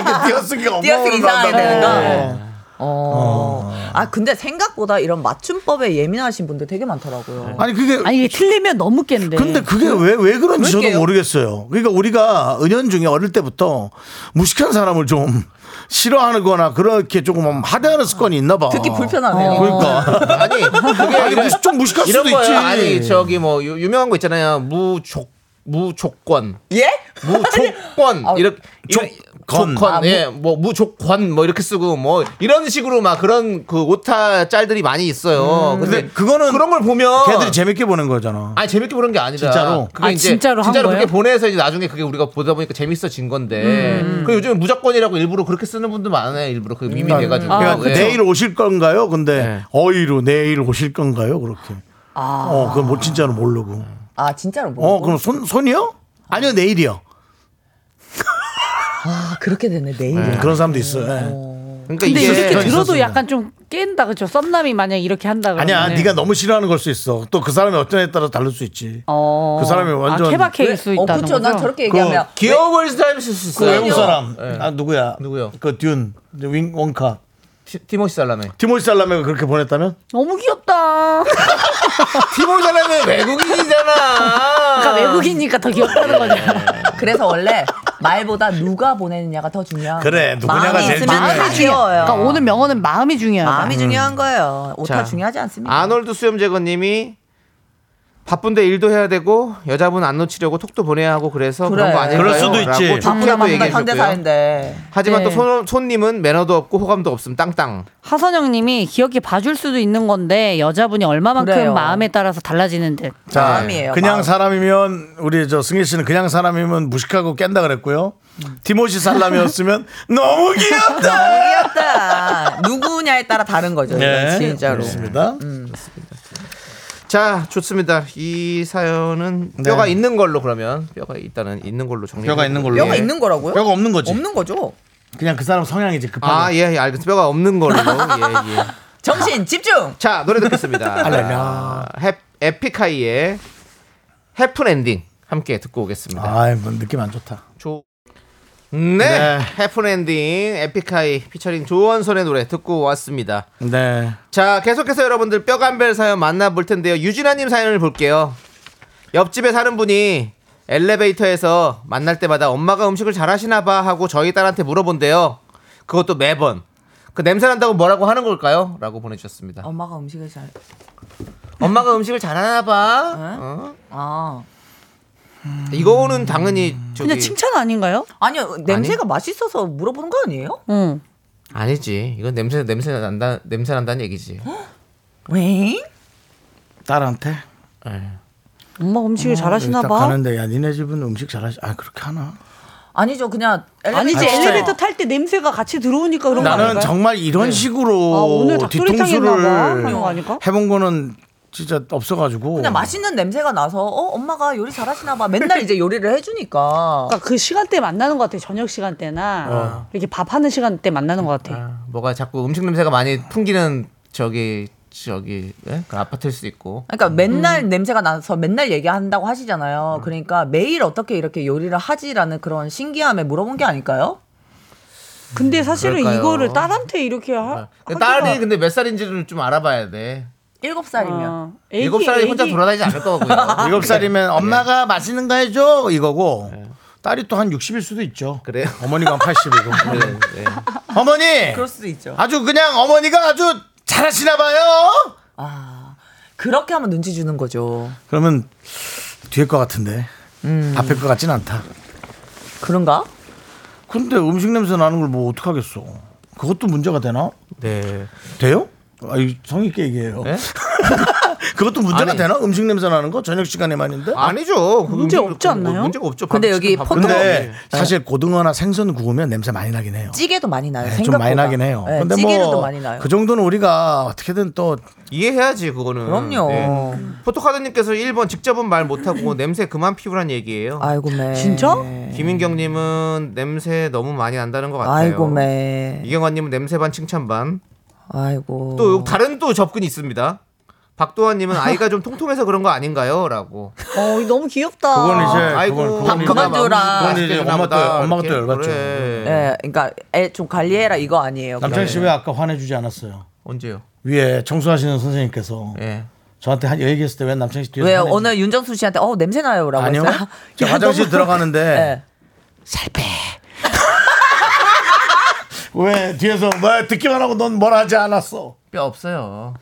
A: 이게 띄어쓰기가 어마어마하다고.
G: 띄어쓰기 이상하게 되는 거.
A: 네.
G: 어. 아 근데 생각보다 이런 맞춤법에 예민하신 분들 되게 많더라고요.
A: 아니 그게
F: 아니 이게 틀리면 너무 깬데.
A: 근데 그게 왜 왜 그런지 저도
G: 그럴게요.
A: 모르겠어요. 그러니까 우리가 은연중에 어릴 때부터 무식한 사람을 좀 싫어하는거나 그렇게 조금 하대하는 습관이 있나 봐.
G: 듣기 불편하네요.
A: 그러니까
B: 아니 그게
A: 아니,
B: 아니라
A: 무식- 좀 무식할
B: 이런
A: 수도
B: 거예요.
A: 있지.
B: 아니 저기 뭐 유- 유명한 거 있잖아요. 무족 무조건
G: 예? 아,
B: 무조건 이렇게 이런-
A: 건.
B: 조건 예뭐 무조건 뭐 이렇게 쓰고 뭐 이런 식으로 막 그런 그 오타 짤들이 많이 있어요.
G: 음.
B: 근데,
A: 근데 그거는
B: 그런 걸 보면
A: 걔들이 재밌게 보는 거잖아.
B: 아니 재밌게 보는 게 아니라
A: 진짜로?
B: 그게
F: 아,
B: 이제
F: 진짜로 한
B: 진짜로 그렇게
F: 거예요? 음,
B: 보내서 이제 나중에 그게 우리가 보다 보니까 재밌어진 건데 그 요즘 무조건이라고 일부러 그렇게 쓰는 분들 많아요 일부러 그 밈이
G: 음.
B: 돼가지고
F: 아,
A: 그러니까
B: 예.
A: 내일 오실 건가요? 근데
B: 네.
A: 어이로 내일 오실 건가요? 그렇게. 어, 그건 뭐 진짜로 모르고.
G: 아 진짜로
A: 어,
G: 모르고.
A: 그럼 손 손이요? 아니요, 내일이요.
G: 아 그렇게 되네 내일.
A: 그런 사람도 있어요. 예.
B: 그러니까
F: 근데
B: 이게
F: 이렇게
A: 그런
F: 들어도
A: 있었습니다.
F: 약간 좀 깬다 그죠? 썸남이 만약 이렇게 한다 그러면
A: 아니야, 네가 너무 싫어하는 걸 수 있어. 또 그 사람이 어떤에 따라 다를 수 있지.
F: 어.
A: 그 사람이 완전
F: 아, 케바케일 수 있다는
G: 어 그쵸 난
F: 거죠?
G: 저렇게 얘기하면
B: 기억을 살릴 수
A: 그
B: 있어요.
A: 외국 사람.
B: 예.
A: 아 누구야?
B: 누구요?
A: 그듄 윙 원카.
B: 티- 티모시 살라메.
A: 티모시 살라메가 그렇게 보냈다면?
F: 너무 귀엽다.
B: 티모시 살라메 외국인이잖아.
F: 그러니까 외국이니까 더
A: 아,
F: 귀엽다는 거죠.
A: 예.
G: 그래서 원래 말보다 누가 보내느냐가 더 중요한
A: 그래,
G: 거예요.
A: 누구냐가
G: 마음이
A: 제일
G: 있으면
A: 중요해요.
G: 다 귀여워요.
F: 그러니까 오늘 명언은 마음이 중요하다.
G: 마음이 중요한 거예요. 오타
B: 자,
G: 중요하지 않습니다.
B: 아놀드 수염 제거님이 바쁜데 일도 해야 되고 여자분 안 놓치려고 톡도 보내야 하고 그래서 그런
G: 그래.
B: 거 아닐까요?
G: 그럴 수도 있지.
B: 라고
G: 바쁘다,
B: 좋게도
G: 바쁘다,
B: 얘기해 줬고요.
G: 현대사인데.
B: 하지만
F: 네.
B: 또 손, 님은 매너도 없고 호감도 없음 땅땅.
F: 하선영님이 귀엽게 봐줄 수도 있는 건데 여자분이 얼마만큼
B: 그래요.
F: 마음에 따라서 달라지는 듯.
A: 자, 그냥 사람이면 우리 저 승희 씨는 그냥 사람이면 무식하고 깬다 그랬고요. 티모시 살람이었으면 너무 귀엽다.
G: 너무 귀엽다. 아, 누구냐에 따라 다른 거죠.
A: 네.
G: 이건
B: 네,
G: 진짜로.
A: 그렇습니다.
B: 음, 자, 좋습니다. 이 사연은
A: 네.
B: 뼈가 있는 걸로 그러면 뼈가 일단은 있는 걸로 정리.
A: 뼈가 있는 걸로. 예.
G: 거라고요?
A: 뼈가 없는 거지.
G: 없는 거죠.
A: 그냥 그 사람 성향이지 급하게.
B: 아, 예, 예, 알겠습니다. 뼈가 없는 걸로. 예, 예.
G: 정신 집중.
B: 자, 노래 듣겠습니다.
A: 알랄라.
B: 햅- 에픽하이의 해픈 엔딩 함께 듣고 오겠습니다.
A: 아이, 뭐 느낌 안 좋다.
B: 조... 네. 해픈 엔딩 에픽하이 피처링 조원선의 노래 듣고 왔습니다.
A: 네.
B: 자, 계속해서 여러분들 뼈간별 사연 만나볼 텐데요. 유진아님 사연을 볼게요. 옆집에 사는 분이 엘리베이터에서 만날 때마다 엄마가 음식을 잘하시나 봐 하고 저희 딸한테 물어본대요. 그것도 매번. 그 냄새 난다고 뭐라고 하는 걸까요? 라고 보내주셨습니다.
G: 엄마가 음식을 잘.
B: 엄마가 음식을 잘하나 봐. 어?
G: 아.
B: 이거는 당연히 저기
F: 그냥 칭찬 아닌가요?
G: 아니요 냄새가 맛있어서 물어보는 거 아니에요?
F: 응.
B: 아니지. 이건 냄새 냄새 난다 냄새 난다는 얘기지.
G: 왜?
A: 딸한테
B: 아,
F: 엄마 음식을
B: 어,
F: 잘하시나
A: 딱
F: 봐.
A: 가는데 야 니네 집은 음식 잘하시. 아 그렇게 하나?
G: 아니죠 그냥
F: 아니지
A: 아, 진짜요?
F: 엘리베이터 탈 때 냄새가 같이 들어오니까 그런 거
A: 나는
F: 아닌가요?
A: 정말
B: 네.
A: 이런 식으로
F: 아, 오늘 닭도리탕이었나 봐.
A: 뒤통수를
F: 하는 거 아닐까?
A: 해본 거는 진짜 없어가지고.
G: 그냥 맛있는 냄새가 나서 어 엄마가 요리 잘하시나 봐 맨날 이제 요리를 해주니까
F: 그러니까 그 시간대 만나는 것 같아. 저녁
B: 어.
F: 시간대나 이렇게 밥 하는 시간대 만나는 것 같아.
B: 뭐가 자꾸 음식 냄새가 많이 풍기는 저기 저기 예? 그 아파트일 수도 있고.
G: 그러니까 맨날 냄새가 나서 맨날 얘기한다고 하시잖아요 그러니까 매일 어떻게 이렇게 요리를 하지라는 그런 신기함에 물어본 게 아닐까요?
F: 근데 사실은
B: 그럴까요? 아.
F: 이거를 딸한테 이렇게 하.
B: 근데 딸이 근데 몇 살인지를 좀 알아봐야 돼.
G: 일곱
F: 아,
G: 살이면
B: 일곱 살이 혼자 돌아다니지 예. 않을 거고요.
A: 일곱 살이면 엄마가 맛있는 거 해줘 이거고 딸이 또 한 60일 수도 있죠.
B: 예. 그래요?
A: 어머니가 한 80이고.
B: 네, 네.
A: 어머니
G: 그럴 수도 있죠
A: 아주 그냥 어머니가 아주 잘하시나 봐요.
G: 그렇게 하면 눈치 주는 거죠
A: 그러면 뒤에 거 같은데
B: 음.
A: 앞에 거 같진 않다.
G: 그런가?
A: 근데 음식 냄새 나는 걸 뭐 어떡하겠어. 그것도 문제가 되나?
B: 네.
A: 돼요? 아, 이 성의있게 얘기해요.
B: 네?
A: 그것도 문제가
B: 아니.
A: 되나? 음식 냄새 나는 거? 저녁 시간에만인데?
B: 아니죠. 그
F: 문제
B: 음식을-
F: 없지 않나요?
B: 문제가 없죠.
G: 근데
B: 밥
G: 여기
B: 시켜, 밥
G: 포토-
A: 근데
B: 먹으면.
A: 사실 고등어나 생선 구우면 냄새 많이 나긴 해요.
G: 네. 찌개도 많이 나요
A: 네,
G: 생각보다
A: 좀 많이 나긴 해요.
G: 네,
A: 근데
G: 찌개로도
A: 뭐
G: 많이 나요
A: 그 정도는 우리가 어떻게든 또
B: 이해해야지 그거는. 예.
G: 그럼요
B: 포토카드님께서 1번 직접은 말 못하고 냄새 그만 피우란 얘기예요.
G: 아이고 매
F: 진짜?
B: 네. 김인경님은 냄새 너무 많이 난다는 것 같아요.
G: 아이고 네. 매
B: 이경환님은 냄새 반 칭찬 반.
G: 아이고
B: 또 다른 또 접근이 있습니다. 박도환님은 아이가 좀 통통해서 그런 거 아닌가요?라고.
F: 어 너무 귀엽다.
A: 그건 이제
B: 아이고
A: 그건, 그건
G: 그만 줘라.
A: 그건 이제
B: 맛있게
A: 엄마 또-
B: 드나 보다.
A: 엄마가 또
B: 이렇게.
A: 열받죠.
B: 그래.
G: 예, 그러니까 애 좀 관리해라 이거 아니에요.
A: 남창희
G: 그러면.
A: 씨 왜 아까 화내주지 않았어요?
B: 언제요?
A: 위에 청소하시는 선생님께서
B: 예.
A: 저한테 한 얘기했을 때 왜 남창희 씨 뒤에서
G: 네. 왜
A: 화내지?
G: 오늘 윤정수 씨한테 어 냄새 나요라고
A: 아니요.
G: 했어요?
A: 저
G: 야,
A: 화장실
G: 너무-
A: 들어가는데
G: 예.
A: 왜 뒤에서 뭐 듣기만 하고 넌 뭘 하지 않았어?
B: 뼈 없어요.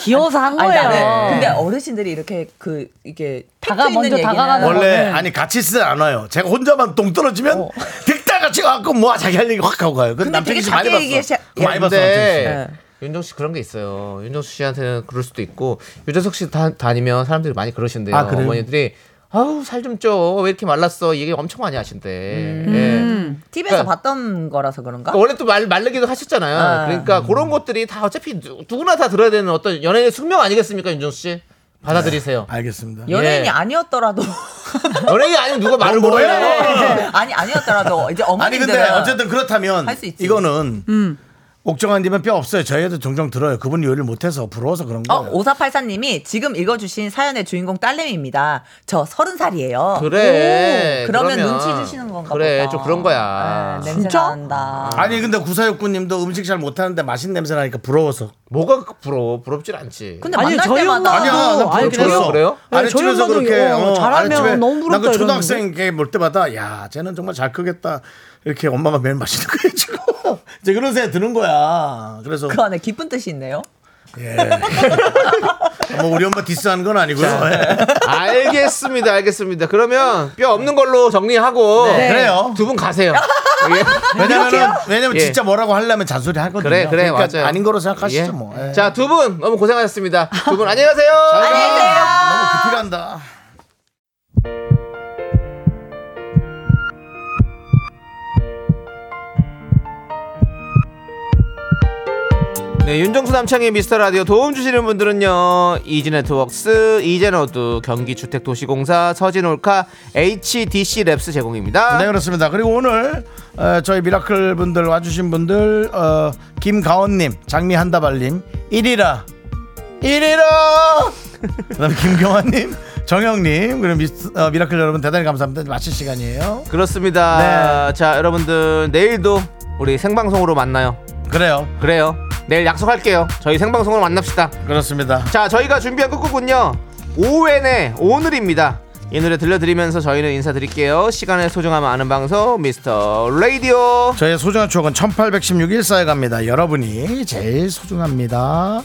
F: 귀여워서 한
G: 아니,
F: 거예요.
G: 나는 근데 어르신들이 이렇게 그 이게
F: 다가
G: 팩트 있는
F: 먼저
G: 얘기는
F: 다가가는
G: 원래-
A: 원래 아니 같이 쓰진 않아요. 제가 혼자만 동 떨어지면 듣다가 지금 갖고 뭐 자기 할 얘기 확 하고 가요. 근데
G: 근데
A: 남편이
G: 되게
A: 많이
G: 작게
A: 봤어.
G: 얘기해. 네.
A: 그거 많이 봤어. 남편이.
B: 근데 윤정 씨 그런 게 있어요. 윤정수 씨한테는 그럴 수도 있고 유재석 씨 다, 다니면 사람들이 많이 그러신대요.
A: 아, 그래요?
B: 어머니들이 아우 살 좀 쪄 왜 이렇게 말랐어 얘기 엄청 많이 하신대.
G: 음.
B: 예.
G: TV에서
B: 그러니까-
G: 봤던 거라서 그런가?
B: 그러니까 원래 또 말, 말르기도 하셨잖아요.
G: 아.
B: 그러니까 그런 것들이 다 어차피 누, 누구나 다 들어야 되는 어떤 연예인의 숙명 아니겠습니까, 윤정수 씨? 받아들이세요.
A: 알겠습니다.
G: 연예인이
B: 예. 네.
G: 아니었더라도
A: 네.
B: 연예인 아니면 누가 말을
A: 뭘
B: 걸어요?
G: 아니 아니었더라도 이제
A: 아니
G: 어머니들은
A: 근데 어쨌든 그렇다면
G: 할수 있지.
A: 이거는
F: 음.
A: 옥정한 님은 뼈 없어요. 저희도 종종 들어요. 그분이 요리를 못해서 부러워서 그런
G: 어,
A: 거예요.
G: 5484님이 지금 읽어주신 사연의 주인공 딸내미입니다. 저 서른 살이에요.
B: 그래.
G: 오, 그러면, 눈치 주시는 건가
B: 그래,
G: 보다.
B: 좀 그런 거야.
G: 네, 냄새
F: 진짜?
G: 난다.
A: 아니 근데 구사육구님도 음식 잘 못하는데 맛있는 냄새 나니까 부러워서.
B: 뭐가 부러워? 부럽진 않지.
G: 근데
F: 아니,
G: 만날
F: 저희
G: 때마다
F: 엄마도- 아니야, 난
B: 아니, 그래요?
A: 부러웠어.
B: 그래요?
F: 아니, 저희
A: 아래집에서
F: 엄마도
A: 그렇게
F: 이거
A: 어,
F: 잘하면
A: 아랫집에
F: 너무 부럽다
A: 나그
F: 이러는데.
A: 초등학생 이렇게 볼 때마다 야 쟤는 정말 잘 크겠다 이렇게 엄마가 매일 맛있는 거 해주고 이제 그런 생각 드는 거야. 그래서 예.
G: 그 안에 기쁜 뜻이 있네요.
A: 뭐 우리 엄마 디스하는 건 아니고요. 예.
B: 알겠습니다, 알겠습니다. 그러면 뼈 없는 걸로 정리하고
A: 네. 그래요.
B: 두 분 가세요. 예.
A: 왜냐면 왜냐면
B: 예.
A: 진짜 뭐라고 하려면 잔소리 하거든요.
B: 그래, 그래,
A: 그러니까
B: 맞아요.
A: 아닌 거로 생각하시죠
B: 예.
A: 뭐. 예.
B: 자, 두 분 너무 고생하셨습니다. 두 분 안녕히 가세요.
A: 너무 급필한다.
B: 네, 윤정수 남창의 미스터 라디오 도움 주시는 분들은요. 이지네트웍스, 이젠어두, 경기주택도시공사, 서진올카, HDC 랩스 제공입니다.
A: 네 그렇습니다. 그리고 오늘 어, 저희 미라클 분들 와주신 분들 어, 김가원님, 장미 한다발님, 일이라 일이라. 그다음 김경환님, 정영님, 그리고 미스, 어, 미라클 여러분 대단히 감사합니다. 마칠 시간이에요.
B: 그렇습니다.
A: 네.
B: 자, 여러분들 내일도 우리 생방송으로 만나요.
A: 그래요.
B: 그래요. 내일 약속할게요. 저희 생방송으로 만납시다.
A: 그렇습니다.
B: 자, 저희가 준비한 끝곡은요. 오웬의 오늘입니다. 이 노래 들려드리면서 저희는 인사드릴게요. 시간의 소중함 아는 방송 미스터 라디오.
A: 저의 소중한 추억은 1816일 쌓여갑니다. 여러분이 제일 소중합니다.